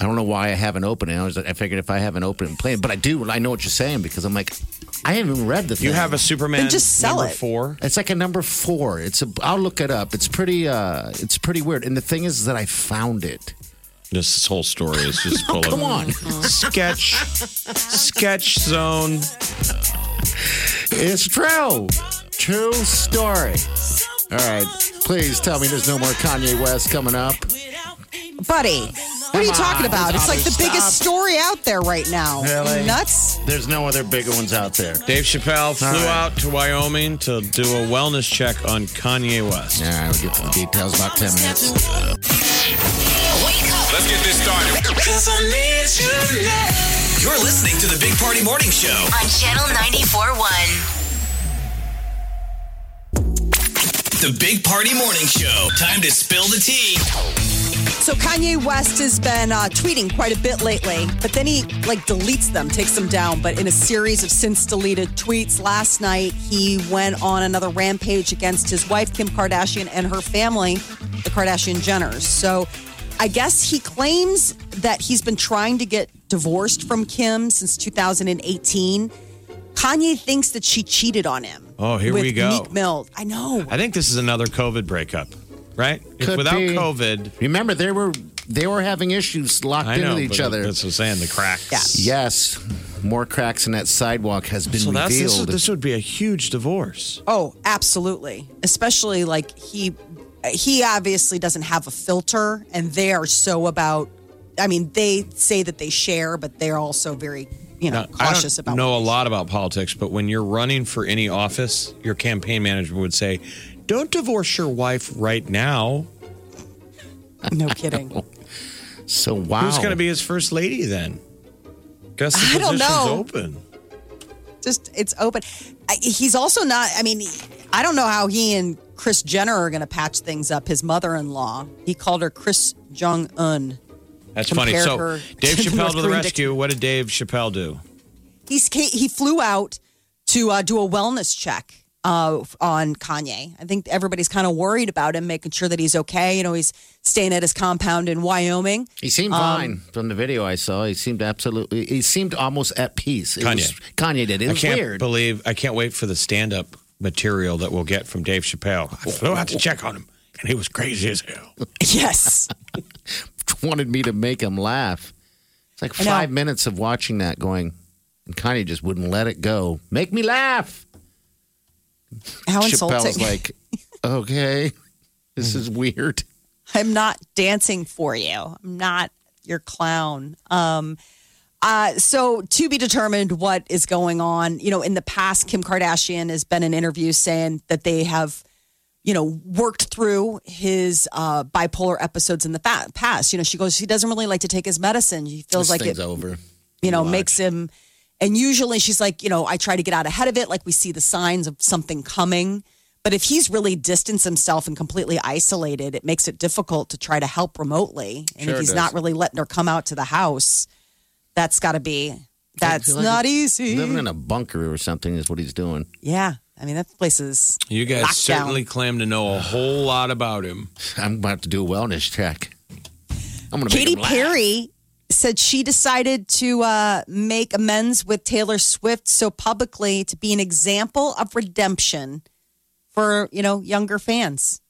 I don't know why I haven't opened it. I was like, I figured if I haven't opened it and played it, but I do. I know what you're saying because I'm like, I haven't even read the thing.
You have a Superman
Then just sell
number
it.
four.
It's like a number four. It's a. I'll look it up. It's pretty. Uh, it's pretty weird. And the thing is that I found it.
This whole story is just full
Come on,
sketch, sketch zone.
it's true. True story. All right, please tell me there's no more Kanye West coming up.
buddy. What are you
Come on,
talking about? It's like the
stop.
biggest story out there right now.
Really?
You Nuts.
There's no other bigger ones out there.
Dave Chappelle flew
right.
out to Wyoming to do a wellness check on Kanye West.
All right, we'll get to the details in about 10 minutes.
Wake up.
Let's get this started. You're listening to the Big Party Morning Show.
on Channel 94.1.
The Big Party Morning Show. Time to spill the tea.
So Kanye West has been uh, tweeting quite a bit lately, but then he like deletes them, takes them down. But in a series of since deleted tweets last night, he went on another rampage against his wife Kim Kardashian and her family, the Kardashian Jenners. So I guess he claims that he's been trying to get divorced from Kim since 2018. Kanye thinks that she cheated on him.
Oh, here
with
we go.
Meek Mill. I know.
I think this is another COVID breakup, right? If
Could
without
be.
COVID,
Remember, they were they were having issues locked
I
in
know
with each
but
other.
That's what I'm saying. The cracks.
Yeah.
Yes, more cracks in that sidewalk has been
So that's this,
revealed.
this would be a huge divorce.
Oh, absolutely. Especially like he he obviously doesn't have a filter and they are so about I mean, they say that they share, but they're also very, you know, cautious
I
about
don't know a lot about politics, but when you're running for any office, your campaign manager would say, "Don't divorce your wife right now."
No kidding.
so wow,
Who's going to be his first lady then? Guess the
I don't
position's
know.
open.
Just it's open. I, he's also not I mean, I don't know how he and Chris Jenner are going to patch things up. His mother-in-law, he called her Chris Jong-un.
That's
Compare
funny. So
her
Dave
to the
Chappelle
North
to the
Korean
rescue. What did Dave Chappelle do?
he's he flew out to uh, do a wellness check uh, on Kanye. I think everybody's kind of worried about him, making sure that he's okay. You know, he's staying at his compound in Wyoming.
He seemed
um,
fine from the video I saw. He seemed absolutely. He seemed almost at peace. It
Kanye.
was- Kanye did. It
I
was
can't
weird.
believe. I can't wait for the stand up material that we'll get from Dave Chappelle. I flew out to check on him, and he was crazy as hell.
Yes.
wanted me to make him laugh. It's like
I know.
five minutes of watching that going, and Connie just wouldn't let it go. Make me laugh.
How
Chappelle's
insulting.
like, okay, this is weird.
I'm not dancing for you. I'm not your clown. Um, uh, so to be determined what is going on. You know, in the past, Kim Kardashian has been in interviews saying that they have, you know, worked through his uh, bipolar episodes in the fa- past. You know, she goes, she doesn't really like to take his medicine. She feels
This
like
thing's
it
over.
you know, makes him. And usually she's like, you know, I try to get out ahead of it. Like we see the signs of something coming. But if he's really distanced himself and completely isolated, it makes it difficult to try to help remotely. And if
Sure
he's
does.
not really letting her come out to the house, that's got to be, that's
like
not
He's
easy.
living in a bunker or something is what he's doing.
yeah. I mean, that place is.
You guys
locked
certainly
down.
claim to know a whole lot about him.
I'm about to do a wellness check. I'm gonna
Katy
make him laugh.
Perry said she decided to uh, make amends with Taylor Swift so publicly to be an example of redemption for you know younger fans.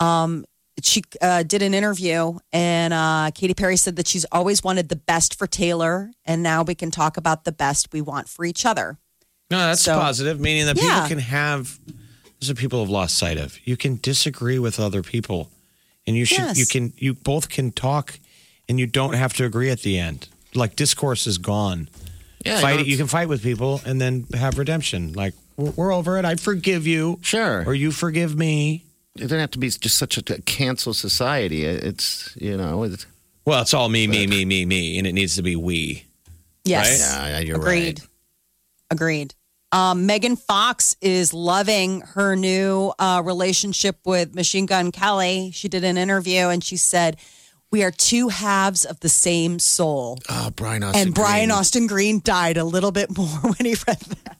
Um, she uh, did an interview, and uh, Katy Perry said that she's always wanted the best for Taylor, and now we can talk about the best we want for each other.
No, that's
So-
positive, meaning that
Yeah.
people can have. This is what people have lost sight of. You can disagree with other people, and you should.
Yes.
You can. You both can talk, and you don't have to agree at the end. Like discourse is gone.
Yeah,
fight
know,
it. You can fight with people, and then have redemption. Like we're, we're over it. I forgive you,
Sure.
or you forgive me.
it doesn't have to be just such a, a cancel society. It's you know, it's,
Well, it's all me, me, me, me, me, and it needs to be we.
Yes,
yeah, yeah, you're
Agreed.
right.
Agreed. Um, Megan Fox is loving her new uh, relationship with Machine Gun Kelly. She did an interview and she said, "We are two halves of the same soul."
Oh, Brian Austin.
and Brian
Green.
Austin Green died a little bit more when he read that.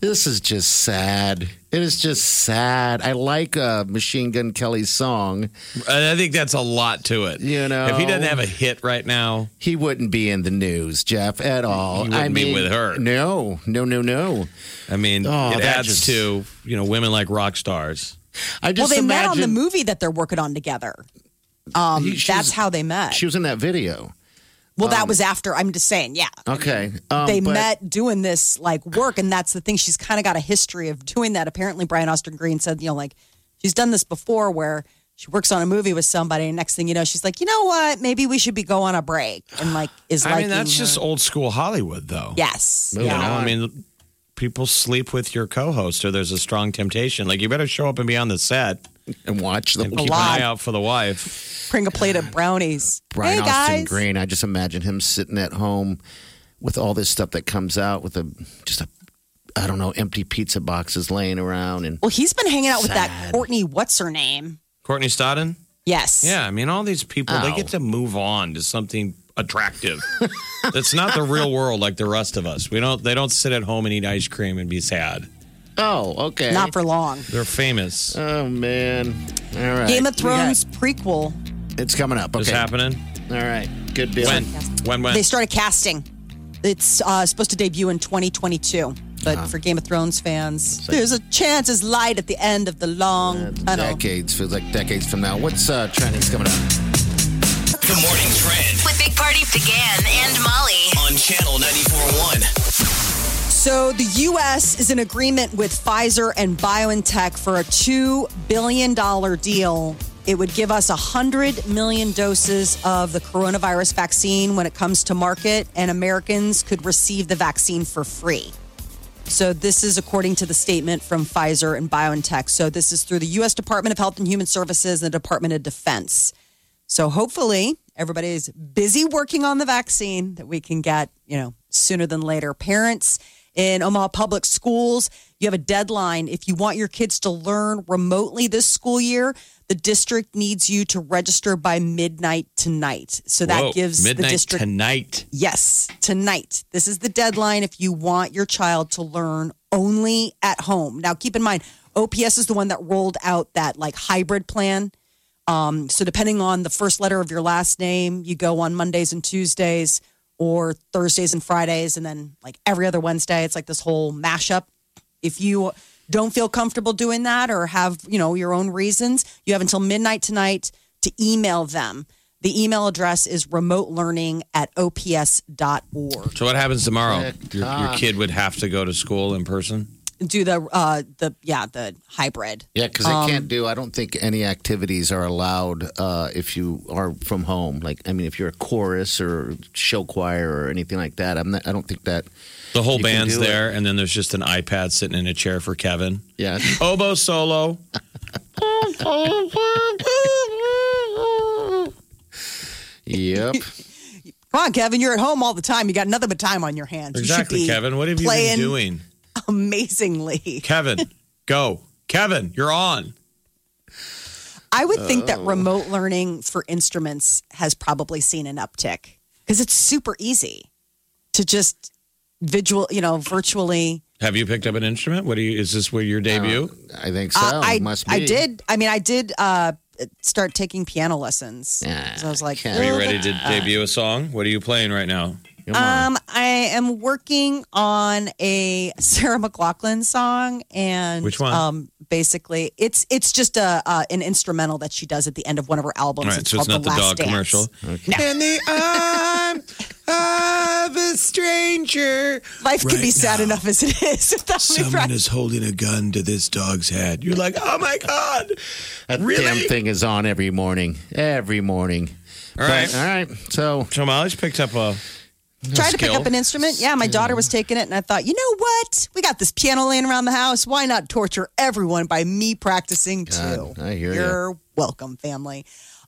This is just sad. It is just sad. I like uh, Machine Gun Kelly's song.
And I think that's a lot to it.
You know.
if he doesn't have a hit right now,
He wouldn't be in the news, Jeff, at all.
He wouldn't
I
be
mean,
with her.
No, no, no, no.
I mean,
Oh,
it
that
adds
just-
to you know women like rock stars.
I
Well,
just
they met on
imagine
the movie that they're working on together. Um,
He- she
that's
was-
how they met.
She was in that video.
well, that was after. I'm just saying, yeah.
Okay, um,
they
but-
met doing this like work and that's the thing she's kind of got a history of doing that apparently brian austin green said you know like she's done this before where she works on a movie with somebody and next thing you know she's like you know what maybe we should be go on a break and like is
I
like
mean, that's just old school Hollywood, though.
yes
You
Moving
know,
yeah.
I mean, people sleep with your co-host, or there's a strong temptation. Like you better show up and be on the set
and watch the
and keep
lot.
an eye out for the wife.
bring a plate of brownies
Brian
hey
Austin
guys
Green. I just imagine him sitting at home with all this stuff that comes out with a just a I don't know empty pizza boxes laying around and
well he's been hanging out with that
Sad.
courtney what's her name
Courtney Stodden.
yes
Yeah, I mean, all these people they
Ow.
Oh.
get to move on to something attractive. That's not the real world like the rest of us. We don't. They don't sit at home and eat ice cream and be sad.
oh okay
not for long
They're famous.
Uh,
oh man all right
game of
We got-
thrones prequel
it's coming up
What's
okay
happening?
all right good deal
When? When? When?
they started casting. It's uh, supposed to debut in 2022. But for Game of Thrones fans, there's a chance is light at the end of the long tunnel.
decades feels like decades from now what's uh trending's coming up
The morning trend
With Big Party began and Molly.
on channel 941.
So the U.S. is in agreement with Pfizer and BioNTech for a $2 billion deal. It would give us 100 million doses of the coronavirus vaccine when it comes to market, and Americans could receive the vaccine for free. So, this is according to the statement from Pfizer and BioNTech. So, this is through the U.S. Department of Health and Human Services and the Department of Defense. So, hopefully, everybody's busy working on the vaccine that we can get, you know, sooner than later. Parents in Omaha Public Schools, you have a deadline. If you want your kids to learn remotely this school year, the district needs you to register by midnight tonight. So, that
Whoa,
gives the
midnight
district
tonight.
Yes, tonight. This is the deadline if you want your child to learn only at home. Now, keep in mind, OPS is the one that rolled out that like hybrid plan. Um, so, depending on the first letter of your last name, you go on Mondays and Tuesdays or Thursdays and Fridays, and then like every other Wednesday, it's like this whole mashup. If you don't feel comfortable doing that or have, you know, your own reasons, you have until midnight tonight to email them. The email address is remotelearning at ops.org.
So what happens tomorrow?
Tick
Your, your
tock.
kid would have to go to school in person.
Do the uh the yeah, the hybrid.
Yeah, because I
Um,
can't do. I don't think any activities are allowed uh, if you are from home. Like, I mean, if you're a chorus or show choir or anything like that, I'm not, I don't think that.
The whole
You can
band's
do it.
there, and then there's just an iPad sitting in a chair for Kevin.
Yeah,
Oboe solo.
yep.
Come on, Kevin, you're at home all the time. You got nothing but time on your hands. You should
Exactly,
be
Kevin. What have you
playing
been doing?
Amazingly.
Kevin, go. Kevin, you're on.
I would think that remote learning for instruments has probably seen an uptick because it's super easy to just visual, you know, virtually.
Have you picked up an instrument? What do you? Is this where your debut?
I think so.
Uh, I
Must be.
I did. I mean, I did uh, start taking piano lessons.
Yeah,
so I was like,
okay.
Are
Well,
you ready to debut a song? What are you playing right now?
Come on.
Um, I am working on a Sarah McLaughlin song, and
Which one?
Um, basically, it's it's just a uh, an instrumental that she does at the end of one of her albums.
All right, so it's not
called
the, dog
Last Dance.
commercial. In the arm of a stranger,
Life can
Right
be sad
now.
enough as it is. Without me
someone
right
is holding a gun to this dog's head. You're like, oh my god!
that
really?
damn thing is on every morning. Every morning.
All right.
But, all right. So
So Molly's picked up a.
tried to pick
skill.
up an instrument. Yeah, my daughter was taking it, and I thought, you know what? We got this piano laying around the house. Why not torture everyone by me practicing
God,
too?
I hear ya.
You're welcome, family.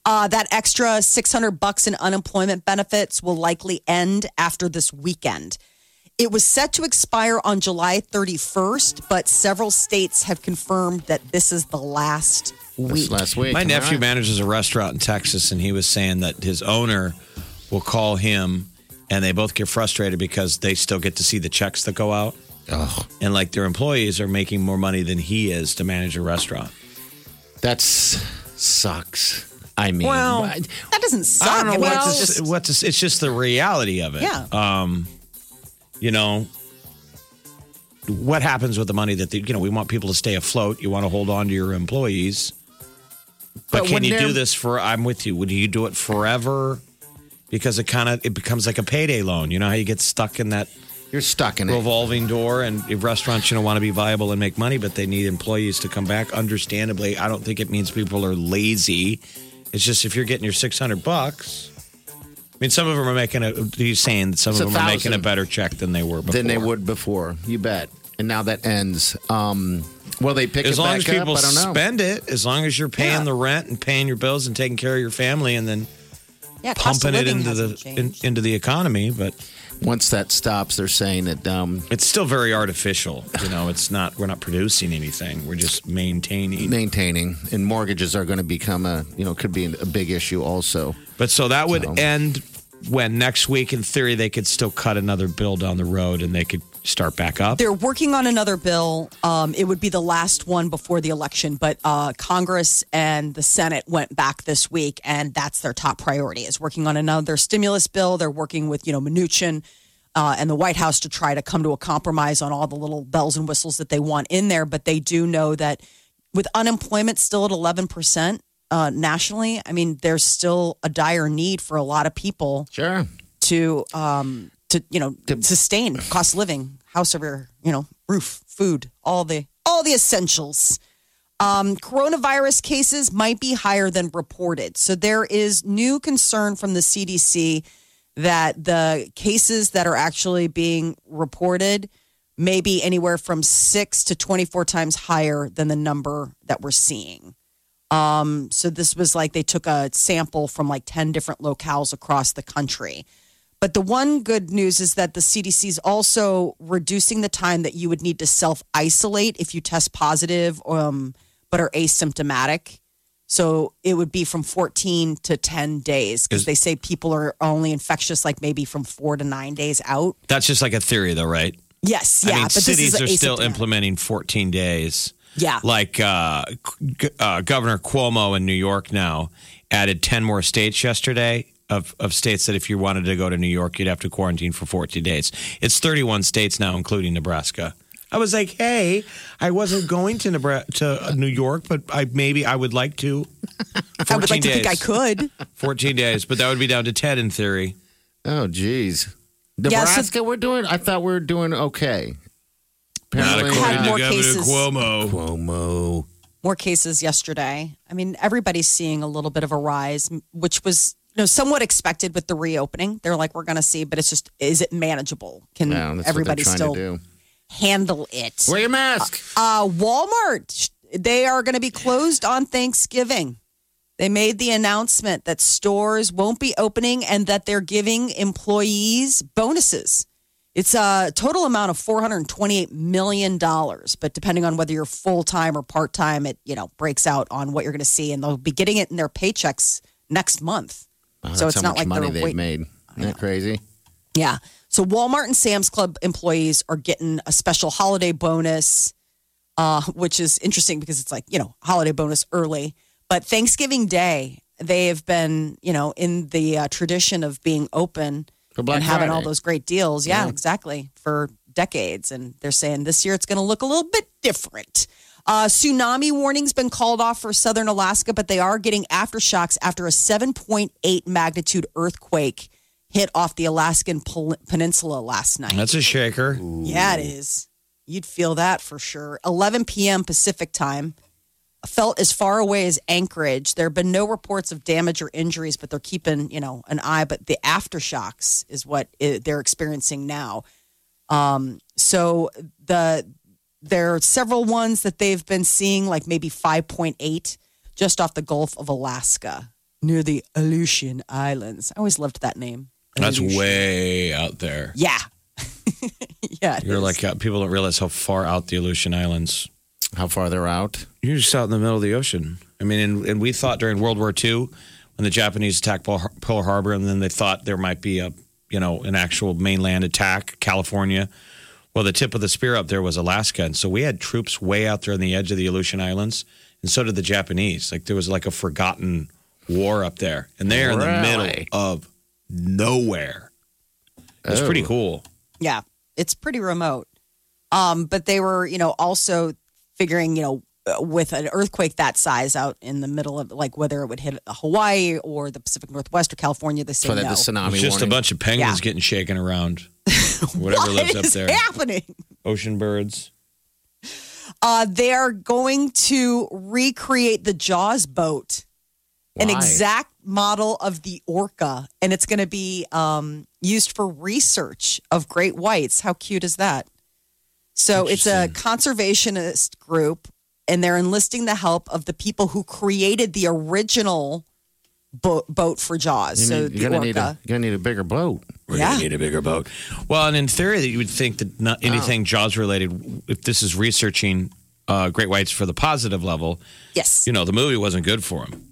Uh, that extra 600 bucks in unemployment benefits will likely end after this weekend. It was set to expire on July 31st, but several states have confirmed that this is the last
this
week.
last week,
My
all
nephew
right.
manages a restaurant in Texas, and he was saying that his owner will call him, and they both get frustrated because they still get to see the checks that go out,
Oh,
and like their employees are making more money than he is to manage a restaurant.
that's sucks. I mean,
Well,
I-
That doesn't suck.
I don't know
mean,
what,
it's
to,
just-
s- what to. s- It's just the reality of it.
Yeah.
Um, you know, what happens with the money that they, you know? We want people to stay afloat. You want to hold on to your employees, but,
But
can
when
you do
they're-
this for? I'm with you. Would you do it forever? Because it kind of it becomes like a payday loan. You know how you get stuck in that
you're stuck in it.
revolving door, and if restaurants you know want to be viable and make money, but they need employees to come back. Understandably, I don't think it means people are lazy. It's just if you're getting your six hundred bucks. I mean, some of them are making a. He's saying that some
It's
of
a
them are making a
thousand.
better check than they were before.
than they would before. You bet. And now that ends. Um, will they pick
As
it
long
back
as people
up? I don't know.
spend it, as long as you're paying the rent and paying your bills and taking care of your family, and then
yeah, cost of
pumping it
living
into the
hasn't
in,
changed.
into the economy, but
Once that stops, they're saying that um,
it's still very artificial. You know, it's not. We're not producing anything. We're just maintaining.
maintaining and mortgages are going to become a you know could be a big issue also.
But so that would
So-
end when next week, in theory, they could still cut another bill down the road and they could start back up.
They're working on another bill. Um, it would be the last one before the election, but uh, Congress and the Senate went back this week, and that's their top priority is working on another stimulus bill. They're working with you know Mnuchin uh, and the White House to try to come to a compromise on all the little bells and whistles that they want in there. But they do know that with unemployment still at eleven percent uh, nationally, I mean, there's still a dire need for a lot of people
Sure.
to um to you know sustain cost of living, house over you know roof, food, all the all the essentials. Um, coronavirus cases might be higher than reported, so there is new concern from the CDC that the cases that are actually being reported may be anywhere from six to twenty-four times higher than the number that we're seeing. Um, so this was like they took a sample from like 10 different locales across the country. But the one good news is that the CDC is also reducing the time that you would need to self isolate if you test positive um, but are asymptomatic. So it would be from 14 to 10 days because
Is-
they say people are only infectious like maybe from four to nine days out.
That's just like a theory, though, right?
Yes, yeah.
I mean,
but
cities
this
are
is
still
asymptomatic.
implementing 14 days.
Yeah.
Like uh, G- uh, Governor Cuomo in New York now added 10 more states yesterday of, of states that if you wanted to go to New York, you'd have to quarantine for 14 days. It's 31 states now, including Nebraska. I was like, hey, I wasn't going to Nebraska, to uh, New York, but I maybe I would like to. 14
I would like
days.
to think I could.
14 days, but that would be down to 10 in theory.
Oh, geez.
Yeah, so-
Nebraska, we're doing. I thought we were doing okay.
according Had Mm, more cases.
Cuomo.
Cuomo.
More cases yesterday. I mean, everybody's seeing a little bit of a rise, m- which was you know somewhat expected with the reopening. They're like, we're going to see, but it's just, is it manageable? Can
Yeah, that's
everybody
what they're
still
trying to do.
handle it?
Wear your mask.
Uh, Walmart, they are going to be closed on Thanksgiving. They made the announcement that stores won't be opening and that they're giving employees bonuses. It's a total amount of $428 million, but depending on whether you're full time or part time, it you know breaks out on what you're going to see, and they'll be getting it in their paychecks next month.
Wow,
so
that's
it's not
how much
like
money
they're
they've
wait-
made. Isn't that crazy?
yeah. So Walmart and Sam's Club employees are getting a special holiday bonus, uh, which is interesting because it's like, you know, holiday bonus early. But Thanksgiving Day, they have been, you know, in the uh, tradition of being open
For Black
and having all
Friday.
those great deals. Yeah, exactly. For decades. And they're saying this year it's going to look a little bit different. Uh, tsunami warning's been called off for southern Alaska, but they are getting aftershocks after a 7.8 magnitude earthquake hit off the Alaskan pol- peninsula last night.
That's a shaker.
Yeah, it is. You'd feel that for sure. 11 p.m. Pacific time. Felt as far away as Anchorage. There have been no reports of damage or injuries, but they're keeping, you know, an eye. But the aftershocks is what i they're experiencing now. Um, so the there are several ones that they've been seeing, like maybe 5.8, just off the Gulf of Alaska near the Aleutian Islands. I always loved that name.
That's
Aleutian.
way out there.
Yeah. yeah. it
You're
is.
like, uh, people don't realize how far out the Aleutian Islands.
How far they're out?
You're just out in the middle of the ocean. I mean, and, and we thought during World War II, when the Japanese attacked Pearl Pearl Harbor, and then they thought there might be a, you know, an actual mainland attack, California. Well, the tip of the spear up there was Alaska, and so we had troops way out there on the edge of the Aleutian Islands, and so did the Japanese. Like there was like a forgotten war up there, and they're in the middle
Really?
of nowhere. It's
Oh.
pretty cool.
Yeah, it's pretty remote. Um, but they were, you know, also figuring, you know, uh, with an earthquake that size out in the middle of like whether it would hit Hawaii or the Pacific Northwest or California, they say
For that
no.
the tsunami
It's just a
warning.
bunch of penguins
Yeah.
getting shaken around. Whatever lives
What
up
is
there.
happening?
Ocean birds.
Uh, they are going to recreate the Jaws boat, an
Why?
exact model of the orca, and it's going to be um, used for research of great whites. How cute is that? So it's a conservationist group, and they're enlisting the help of the people who created the original bo- boat for Jaws.
You
so
need-
the
you're gonna
orca.
need a you're gonna need a bigger boat.
We're
Yeah. Oh.
going to need a bigger boat. Well, and in theory, that you would think that not anything Jaws related, if this is researching uh, Great Whites for the positive level,
yes.
you know, the movie wasn't good for him.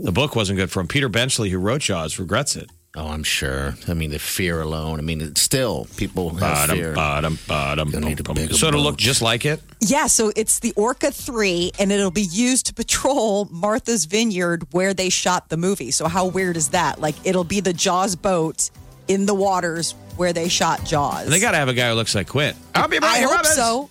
The book wasn't good for him. Peter Benchley, who wrote Jaws, regrets it.
Oh, I'm sure. I mean, the fear alone. I mean, it's still people have fear.
Ba-dum, ba-dum, ba-dum,
Gonna need a
bum, bum.
bigger
So it'll
boat.
look just like it.
Yeah, so it's the Orca 3, and it'll be used to patrol Martha's Vineyard where they shot the movie. So, how weird is that? Like, it'll be the Jaws boat in the waters where they shot Jaws.
And they got to have a guy who looks like Quint. I'll be Rocky
I hope
Robbins.
so.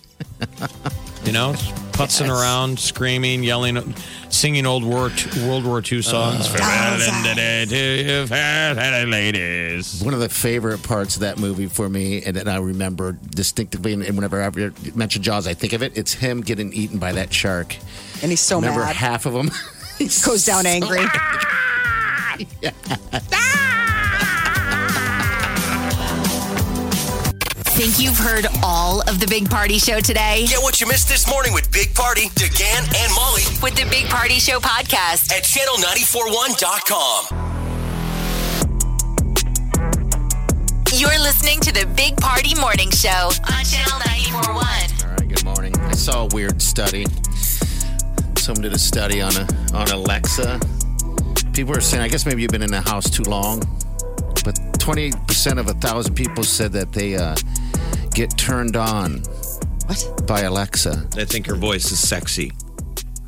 You know, putzing around, screaming, yelling, singing old War World War II songs. Farewell and today to you, fair ladies.
One of the favorite parts of that movie for me, and that I remember distinctively, and and whenever I mention Jaws, I think of it. It's him getting eaten by that shark.
And he's so
Remember
mad.
half of him
Oh, Goes down angry.
Think you've heard all of the Big Party Show today?
Get what you missed this morning with Big Party, DeGan, and Molly
With the Big Party Show podcast.
at channel941.com.
You're listening to the Big Party Morning Show on Channel 941.
All right. Good morning. I saw a weird study. Someone did a study on a on Alexa. People are saying, I guess maybe you've been in the house too long, but 28% of a thousand people said that they uh, get turned on
What?
by Alexa.
I think her voice is sexy.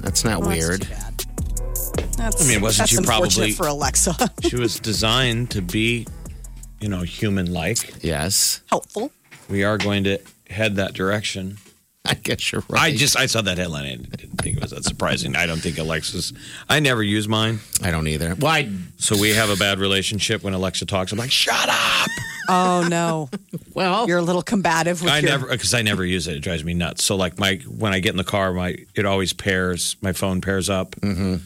That's not weird.
That's,
I mean, wasn't
that's
you
unfortunate
probably-
for Alexa
She was designed to be, you know, human like.
Yes.
helpful?
We are going to head that direction.
I guess you're
I
right.
just I saw that headline and didn't think it was that surprising. I don't think Alexa's. I never use mine,
I don't either. Well, I,
so we have a bad relationship when Alexa talks. I'm like, shut up.
Oh no,
well,
you're a little combative with
I
your.
never because I never use it. It drives me nuts. So like my when I get in the car, my it always pairs. My phone pairs up,
Mm-hmm.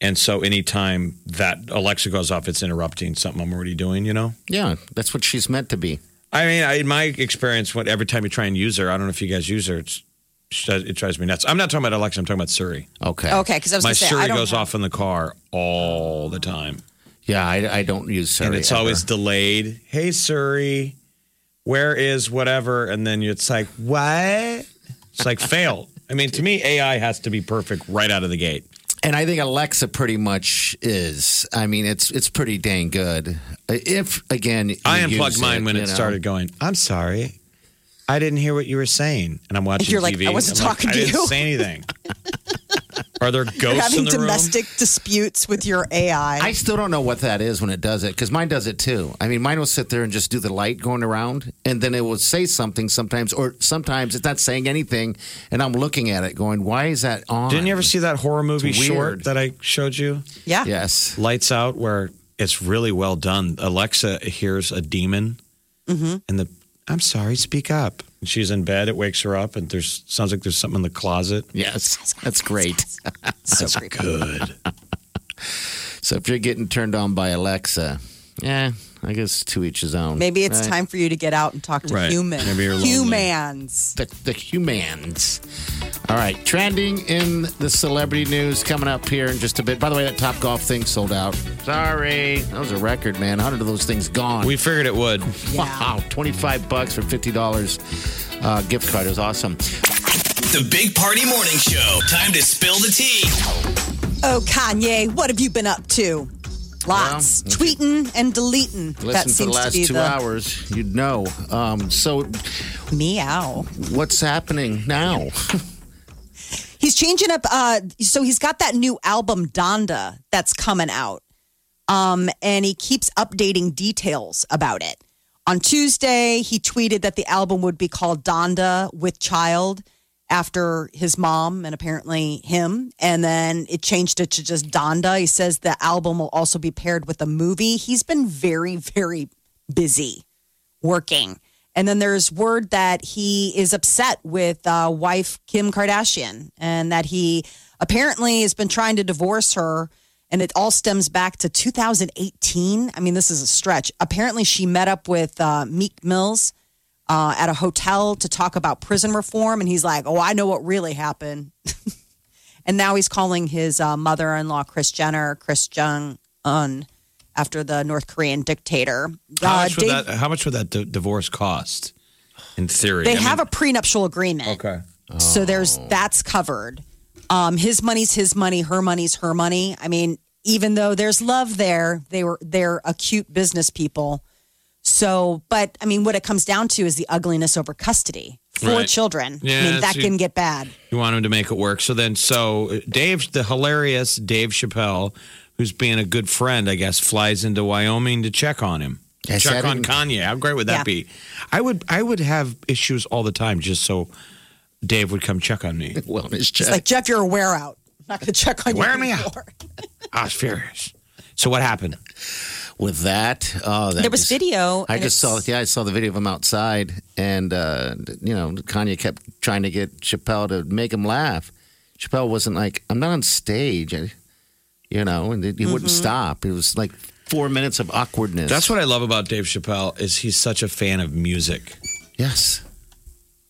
and so anytime that Alexa goes off, it's interrupting something I'm already doing. You know.
yeah, that's what she's meant to be.
I mean, I, in my experience, what every time you try and use her, I don't know if you guys use her, it's, she does- it drives me nuts. I'm not talking about Alexa. I'm talking about Siri.
Okay.
okay, because I was
my
going to say
Siri
I don't
goes
have-
off in the car all the time,
Yeah, I, I don't use Siri.
and it's
ever.
always delayed. Hey Siri, where is whatever? And then it's like what? It's like fail. I mean, to me, AI has to be perfect right out of the gate.
And I think Alexa pretty much is. I mean, it's it's pretty dang good. If again, you
I
use
unplugged mine when
you
it
know.
started going. I'm sorry, I didn't hear what you were saying, and I'm watching
You're like,
TV.
"I wasn't
I'm like,
talking
I
to
didn't
you."
Say anything? Are there ghosts in
having
the room?
domestic disputes with your AI.
I still don't know what that is when it does it because mine does it too. I mean, mine will sit there and just do the light going around, and then it will say something sometimes, or sometimes it's not saying anything, and I'm looking at it going, "Why is that on?"
Didn't you ever see that horror movie
It's weird.
short that I showed you?
yeah.
Yes.
Lights Out, where it's really well done. Alexa hears a demon,
Mm-hmm.
and the I'm sorry, speak up. And she's in bed. It wakes her up, and there's sounds like there's something in the closet.
Yes. That's great.
Oh
So creepy.
Good.
So if you're getting turned on by Alexa, yeah, I guess to each his own.
Maybe it's time for you to get out and talk to
Right.
humans.
Maybe you're lonely.
humans.
the, the humans. All right, trending in the celebrity news coming up here in just a bit. By the way, that Top Golf thing sold out. Sorry, that was a record, man. Hundred of those things gone.
we figured it would.
wow, twenty five bucks for fifty dollars uh, gift card. It was awesome.
The Big Party Morning Show. Time to spill the tea.
Oh, Kanye, what have you been up to? Lots.
Well,
Tweeting and deleting. that
Listen for
seems
the last
to be
two
the
hours, you'd know. Um, so,
meow.
what's happening now?
He's changing up. Uh, so he's got that new album Donda that's coming out, um, and he keeps updating details about it. On Tuesday, he tweeted that the album would be called Donda with Child after his mom and apparently him. And then it changed it to just Donda. He says the album will also be paired with a movie. He's been very, very busy working. And then there's word that he is upset with uh, wife Kim Kardashian and that he apparently has been trying to divorce her. And it all stems back to 2018. I mean, this is a stretch. Apparently, she met up with uh, Meek Mills uh, at a hotel to talk about prison reform. And he's like, oh, I know what really happened. And now he's calling his uh, mother in law, Chris Jenner, Chris Jung Un, after the North Korean dictator.
How
Uh,
much would
Dave-
that? How much would that d- divorce cost? In theory,
they have a prenuptial agreement.
okay.
So there's that's covered. Um, his money's his money, her money's her money. I mean, even though there's love there, they were they're acute business people. So, but I mean, what it comes down to is the ugliness over custody. Four
Right.
children. I
Yeah,
mean, that
so you-
can get bad.
You want him to make it work. So then, so Dave, the hilarious Dave Chappelle, who's being a good friend, I guess, flies into Wyoming to check on him.
Yes,
check
I
on
didn't-
Kanye. How great would that
Yeah.
be? I would, I would have issues all the time just so Dave would come check on me.
Wellness
It's
check.
like Jeff, you're a wear out. I'm not gonna check on you.
Wear me out.
anymore.
I was furious. So what happened?
with that. Oh, that
There was
just-
video,
I
and
just saw.
it's-
Yeah, I saw the video of him outside, and uh, you know, Kanye kept trying to get Chappelle to make him laugh. Chappelle wasn't like, "I'm not on stage," I- you know, and he wouldn't stop. It was like four minutes of awkwardness.
Mm-hmm. That's what I love about Dave Chappelle is he's such a fan of music.
Yes.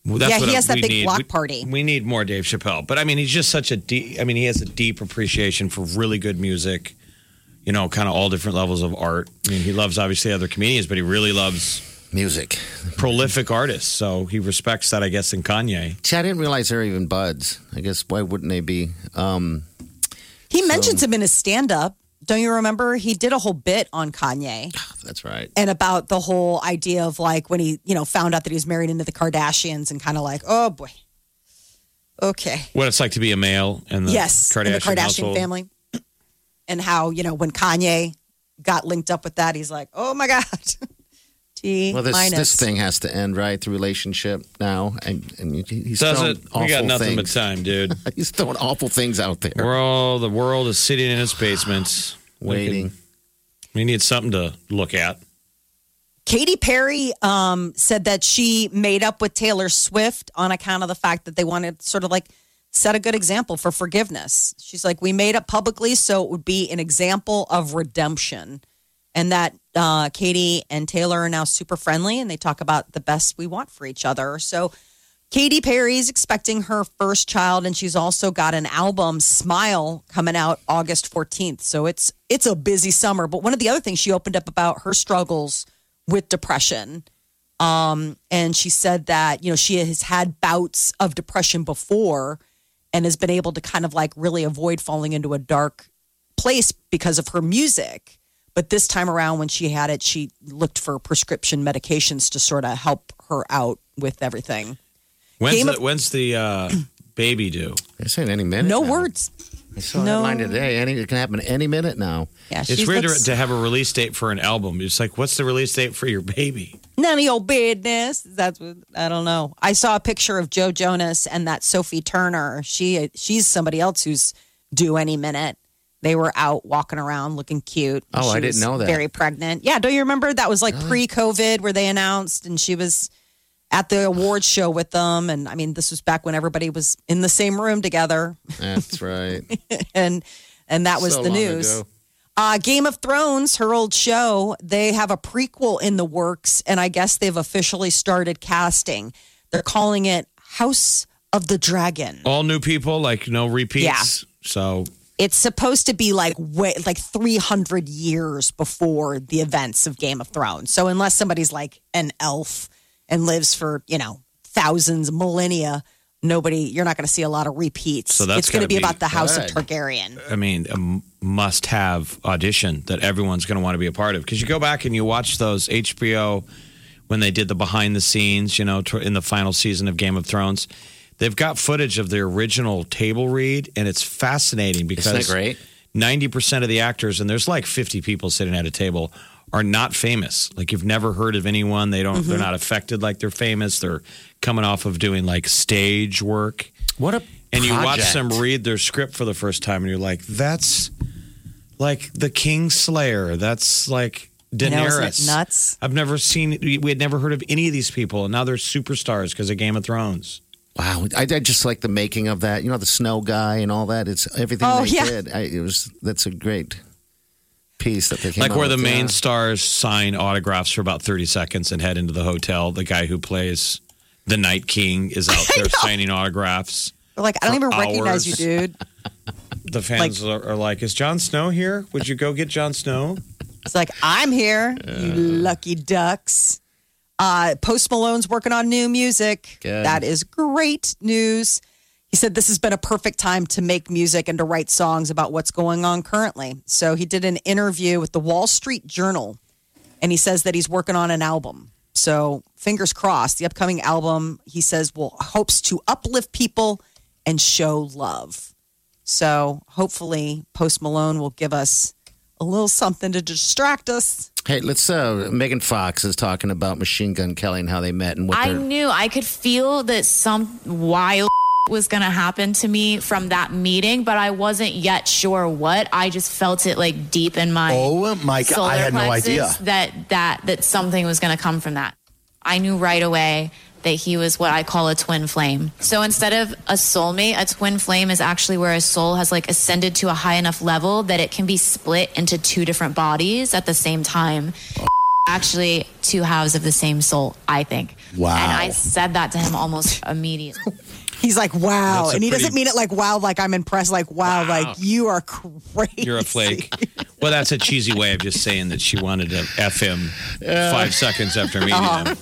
Well, that's
Yeah,
what
he
I-
has that
we
big
need.
block
We-
party.
We need more Dave Chappelle, but I mean, he's just such a deep. I mean, he has a deep appreciation for really good music. You know, kind of all different levels of art. I mean, he loves obviously other comedians, but he really loves
Music.
prolific artists. So he respects that, I guess, in Kanye.
See, I didn't realize they were even buds. I guess why wouldn't they be? Um,
He mentions him in his stand up. Don't you remember? He did a whole bit on Kanye.
that's right.
and about the whole idea of like when he, you know, found out that he was married into the Kardashians and kind of like, oh boy, okay,
What it's like to be a male in the
yes,
Kardashian,
in the Kardashian
household.
family, and how you know when Kanye got linked up with that, he's like, oh my god, T
Well, this
minus.
this thing has to end, right? The relationship now, and, and he- he's throwing
Doesn't
awful
we got nothing
things.
but time, dude?
he's throwing awful things out there.
We're all the world is sitting in its basements,
waiting.
We need something to look at.
Katy Perry um, said that she made up with Taylor Swift on account of the fact that they wanted to sort of like set a good example for forgiveness. She's like, we made up publicly so it would be an example of redemption, and that uh, Katie and Taylor are now super friendly and they talk about the best we want for each other. So. Katy Perry's expecting her first child, and she's also got an album, Smile, coming out August 14th. So it's it's a busy summer. But one of the other things she opened up about her struggles with depression. Um, and she said that, you know, she has had bouts of depression before and has been able to kind of like really avoid falling into a dark place because of her music. But this time around, when she had it, she looked for prescription medications to sort of help her out with everything.
When's
Game
the,
of-
when's the uh, baby due?
It's in any minute.
No
now.
words.
I saw
No.
that line today. Any, it can happen any minute now.
Yeah,
It's
she
weird to-
looks-
to have a release date for an album. It's like, what's the release date for your baby?
none of your business. That's what I don't know. I saw a picture of Joe Jonas and that Sophie Turner. She she's somebody else who's due any minute. They were out walking around looking cute.
Oh, I
She
didn't
was
know that.
Very pregnant. Yeah, don't you remember that was like pre-COVID where they announced and she was at the awards show with them and I mean this was back when everybody was in the same room together
That's right.
and and that was
So
the
long
news.
ago.
Uh, Game of Thrones, her old show, they have a prequel in the works, and I guess they've officially started casting. They're calling it House of the Dragon.
All new people, like no repeats.
Yeah.
So
It's supposed to be like way, like 300 years before the events of Game of Thrones. So unless somebody's like an elf and lives for, you know, thousands, millennia, nobody, you're not going to see a lot of repeats.
So that's
it's
gotta
going to be,
be
about the House of
good.
Targaryen.
I mean, a m- must have audition that everyone's going to want to be a part of. Because you go back and you watch those HBO when they did the behind the scenes, you know, tw- in the final season of Game of Thrones. They've got footage of the original table read, and it's fascinating
Isn't that
because
great?
90% of the actors, and there's like 50 people sitting at a table, are not famous. Like you've never heard of anyone. They don't,
Mm-hmm.
they're not affected like they're famous. They're coming off of doing like stage work
What a
and you watch
project.
them read their script for the first time, and you're like, "That's like the Kingslayer. That's like
I know, isn't
Daenerys.
it nuts?
I've never seen. We we had never heard of any of these people, and now they're superstars because of Game of Thrones.
Wow, I, I just like the making of that. You know, the snow guy and all that. It's everything
Oh,
they
yeah.
did. I, it was that's a great piece that they came.
like
up
where the
with,
main
yeah.
stars sign autographs for about 30 seconds and head into the hotel. The guy who plays the Night King is out there signing autographs.
They're like, I don't
For
even recognize you,
hours.
dude.
The fans are, are like, "Is Jon Snow here? Would you go get Jon Snow?"
It's like, I'm here, you lucky ducks. Uh, Post Malone's working on new music.
Good.
That is great news. He said this has been a perfect time to make music and to write songs about what's going on currently. So he did an interview with the Wall Street Journal and he says that he's working on an album. So fingers crossed, the upcoming album, he says, will hopes to uplift people and show love. So hopefully, Post Malone will give us a little something to distract us.
Hey, let's. Uh, Megan Fox is talking about Machine Gun Kelly and how they met and what
I
they're.
knew I could feel that some wild was going to happen to me from that meeting, but I wasn't yet sure what. I just felt it like deep in my
Oh my god,
solar
I had no
plexus
idea.
that that that something was going to come from that. I knew right away that he was what I call a twin flame. So instead of a soulmate, a twin flame is actually where a soul has like ascended to a high enough level that it can be split into two different bodies at the same time actually two halves of the same soul, I think.
Wow.
And I said that to him almost immediately.
He's like, wow.
That's a
And he doesn't
pretty-
mean it like, wow, like I'm impressed, like, wow, like you are crazy.
You're a flake. Well, that's a cheesy way of just saying that she wanted to F him five seconds after meeting him.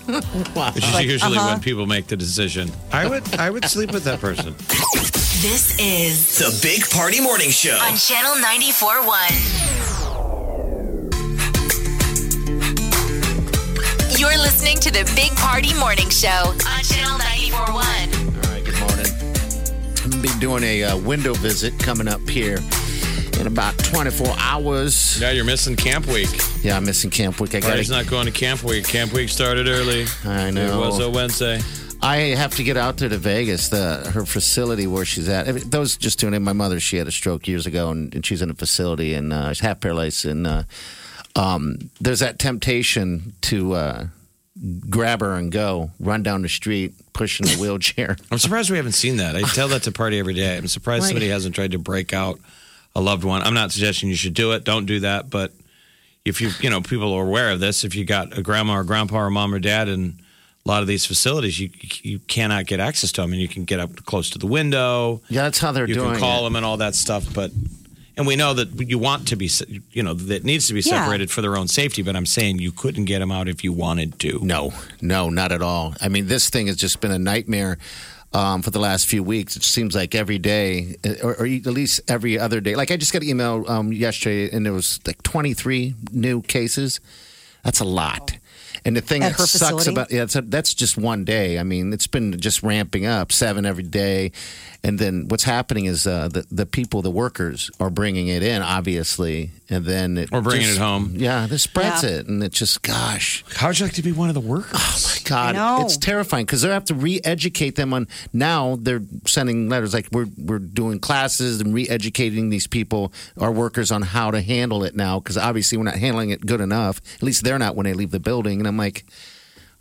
Which is usually when people make the decision. I would I would sleep with that person.
This is
The Big Party Morning Show.
on Channel 94.1. You're listening to the Big Party Morning Show on Channel 94.1.
All right, good morning. I'm going to be doing a uh, window visit coming up here in about 24 hours.
Yeah, you're missing camp week.
Yeah, I'm missing camp week. I
Party's
got.
not going to camp week. Camp week started early.
I know.
It was a Wednesday.
I have to get out there to Vegas. The her facility where she's at. I mean, Those just tuning in. My mother, she had a stroke years ago, and, and she's in a facility and uh, she's half paralyzed. And uh, um, there's that temptation to uh, grab her and go, run down the street, pushing a wheelchair.
I'm surprised we haven't seen that. I tell that to party every day. I'm surprised
Right.
somebody hasn't tried to break out a loved one. I'm not suggesting you should do it. Don't do that. But if you, you know, people are aware of this, if you got a grandma or grandpa or mom or dad in a lot of these facilities, you you cannot get access to them, and you can get up close to the window.
yeah, that's how they're
you
doing.
can call
it.
them and all that stuff. But and we know that you want to be, se- you know, that it needs to be
Yeah.
separated for their own safety. But I'm saying you couldn't get them out if you wanted to.
No, no, not at all. I mean, this thing has just been a nightmare um, for the last few weeks. It seems like every day, uh, or, or at least every other day. Like I just got an email um, yesterday, and there was like 23 new cases. That's a lot. And the thing
At
that
her
sucks
facility?
about yeah, that's, that's just one day. I mean, it's been just ramping up seven every day, and then what's happening is uh, the the people, the workers, are bringing it in, obviously, and then it
Or bringing
just-
it home.
Yeah, this spreads
Yeah.
it, and it just gosh.
How would you like to be one of the workers?
God,
I know.
it's terrifying because they have to re-educate them on. Now they're sending letters like we're we're doing classes and re-educating these people, our workers, on how to handle it now because obviously we're not handling it good enough. At least they're not when they leave the building. And I'm like,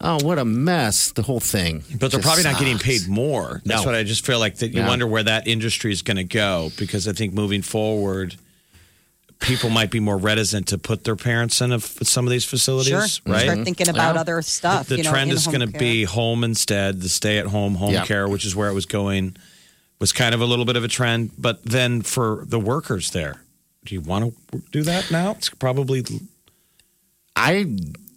oh, what a mess! The whole thing.
But they're
Just
probably not getting
sucks.
paid more. That's
No.
what I just feel like that you
Yeah.
wonder where that industry is going to go because I think moving forward, people might be more reticent to put their parents in a, some of these facilities,
Sure.
right?
Start thinking
Mm-hmm.
about other stuff.
the
you know,
trend
in
is
home
going to
care.
be home instead, the stay at home home
Yeah.
care, which is where it was going, was kind of a little bit of a trend. But then for the workers there, do you want to do that now? It's probably
I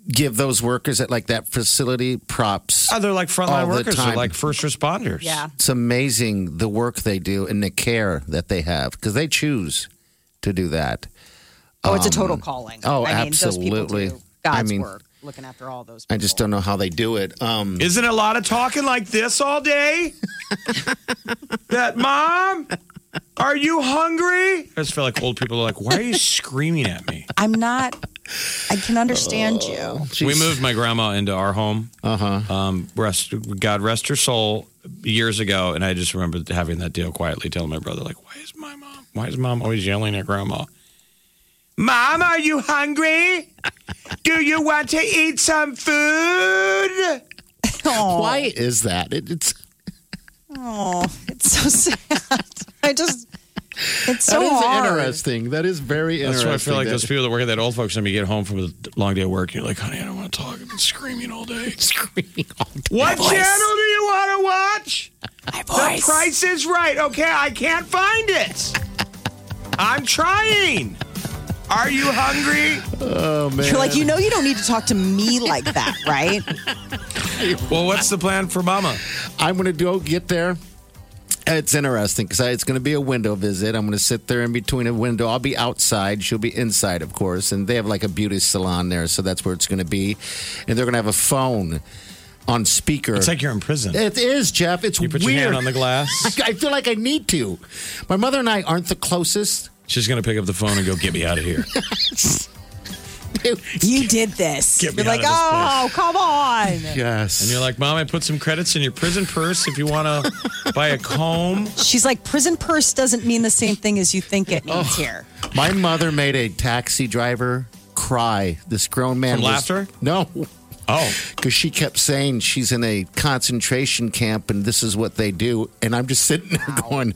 give those workers at like that facility props.
Uh,
oh, they're like frontline
All the
workers, they're
time.
like first responders.
Yeah.
it's amazing the work they do and the care that they have because they choose to do that.
Oh, it's a
um,
total calling.
oh,
I mean, Those people
absolutely.
do God's
I mean-
work, looking after all those. People.
I just don't know how they do it. Um,
Isn't it a lot of talking like this all day? that mom, are you hungry? I just feel like old people are like, why are you screaming at me?
I'm not. I can understand you.
We moved my grandma into our home. Uh huh. Um, rest, God rest her soul. Years ago, and I just remember having that deal quietly, telling my brother, like, "Why is my mom? Why is mom always yelling at grandma? Mom, are you hungry? Do you want to eat some food?
Why is that? It, it's
Oh, it's so sad. I just. It's so
that is
hard.
interesting. That is very
That's
interesting.
why I feel like
that-
those people that work at that old folks home, you get home from a long day of work, and you're like, honey, I don't want to talk. I've been screaming all day.
screaming. all day.
What channel do you want to watch? The price is right. Okay, I can't find it. I'm trying. Are you hungry?
You're like, you know, you don't need to talk to me like that, right?
Well, what's the plan for mama?
I'm going to go get there. It's interesting because it's going to be a window visit. I'm going to sit there in between a window. I'll be outside. She'll be inside, of course. And they have like a beauty salon there. So that's where it's going to be. And they're going to have a phone on speaker.
It's like you're in prison.
it is, Jeff. It's
You put
weird.
your hand on the glass.
I feel like I need to. My mother and I aren't the closest.
She's gonna pick up the phone and go, "Get me out of here."
You did this.
Get me
You're like,
out
oh, come on.
Yes.
And you're like, "Mom, I put some credits in your prison purse if you want to buy a comb."
She's like, prison purse doesn't mean the same thing as you think it means
Oh,
here.
My mother made a taxi driver cry. This grown man.
From
was-
laughter?
No,
Oh,
because she kept saying she's in a concentration camp and this is what they do. And I'm just sitting there going,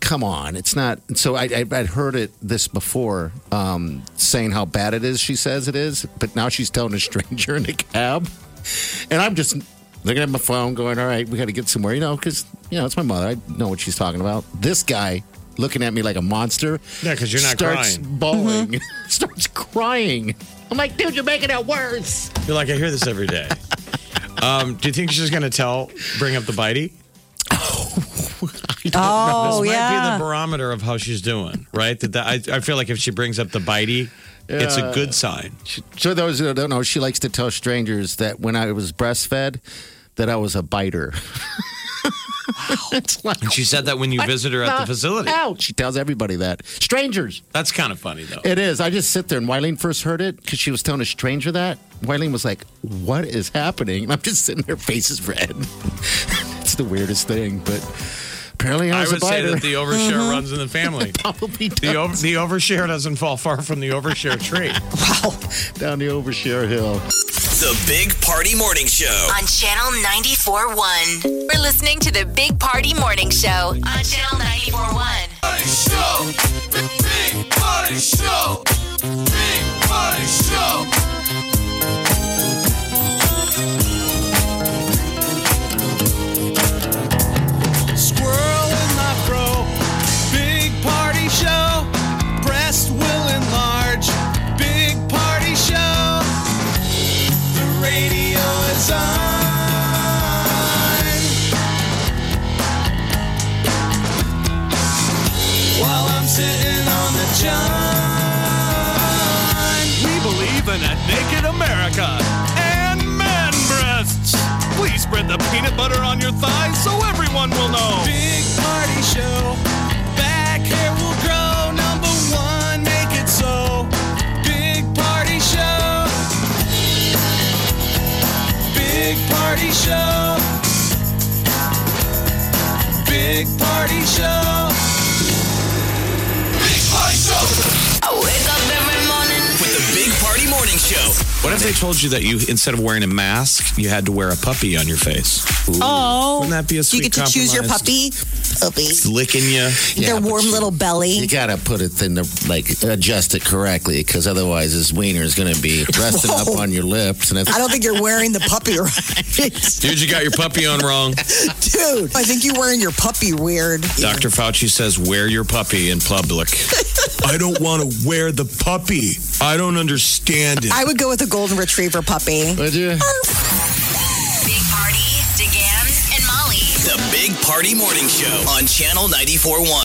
"Come on, it's not." And so I, I, I'd heard it this before, um, saying how bad it is. She says it is, but now she's telling a stranger in a cab, and I'm just looking at my phone, going, "All right, we got to get somewhere," you know, because you know it's my mother. I know what she's talking about. This guy. Looking at me like a monster.
Yeah, 'cause you're not
starts
crying.
bawling, starts crying. I'm like, dude, you're making it worse.
You're like, I hear this every day. Um, do you think she's going to tell, bring up the bitey?
Oh,
this might be
yeah.
the barometer of how she's doing, right? That, that I, I feel like if she brings up the bitey, it's a good sign.
So those who don't know, she likes to tell strangers that when I was breastfed, that I was a biter. it's like,
And she said that when you visit her at the facility.
oh.
Ouch. She tells everybody that. Strangers.
That's kind of funny, though.
It is. I just sit there, and Wileen first heard it because she was telling a stranger that. Wileen was like, "What is happening?" And I'm just sitting there, faces red. it's the weirdest thing, but apparently I
I
was
would
a
say
biter.
that the overshare
Mm-hmm.
runs in the family.
probably
The,
down,
over, the overshare doesn't fall far from the overshare tree.
down the overshare hill.
The Big Party Morning Show.
on Channel 94.1. We're listening to the Big Party Morning Show on Channel 94.1.
Party Show. The Big Party Show. Big Party Show.
Squirrel in my fro. Big party show. Breast will enlarge. Big party show. The radio is on. While I'm sitting on the john. We believe in a naked America and man breasts. Please spread the peanut butter on your thighs so everyone will know. Big party show. Back hair will grow. Number one, make it so. Big party show. Big party show. Big party show.
Big Party Show.
I wake up every morning.
With the Big Party Morning Show.
What if they told you that you, instead of wearing a mask, you had to wear a puppy on your face?
Oh,
Wouldn't that be a
you
sweet
get to choose your
compromise?
puppy, puppy,
Licking you.
their warm little
You
belly.
gotta put it in the like adjust it correctly because otherwise this wiener is gonna be resting up
Whoa.
on your lips and it's
I don't think you're wearing the puppy right,
Dude, you got your puppy on wrong.
dude. I think you're wearing your puppy weird.
Dr. Fauci says, wear your puppy in public. I don't want to wear the puppy. I don't understand it.
I would go with a golden retriever puppy.
would you?
Big Party, DeGan, and Molly.
The Big Party Morning Show on Channel 94.1.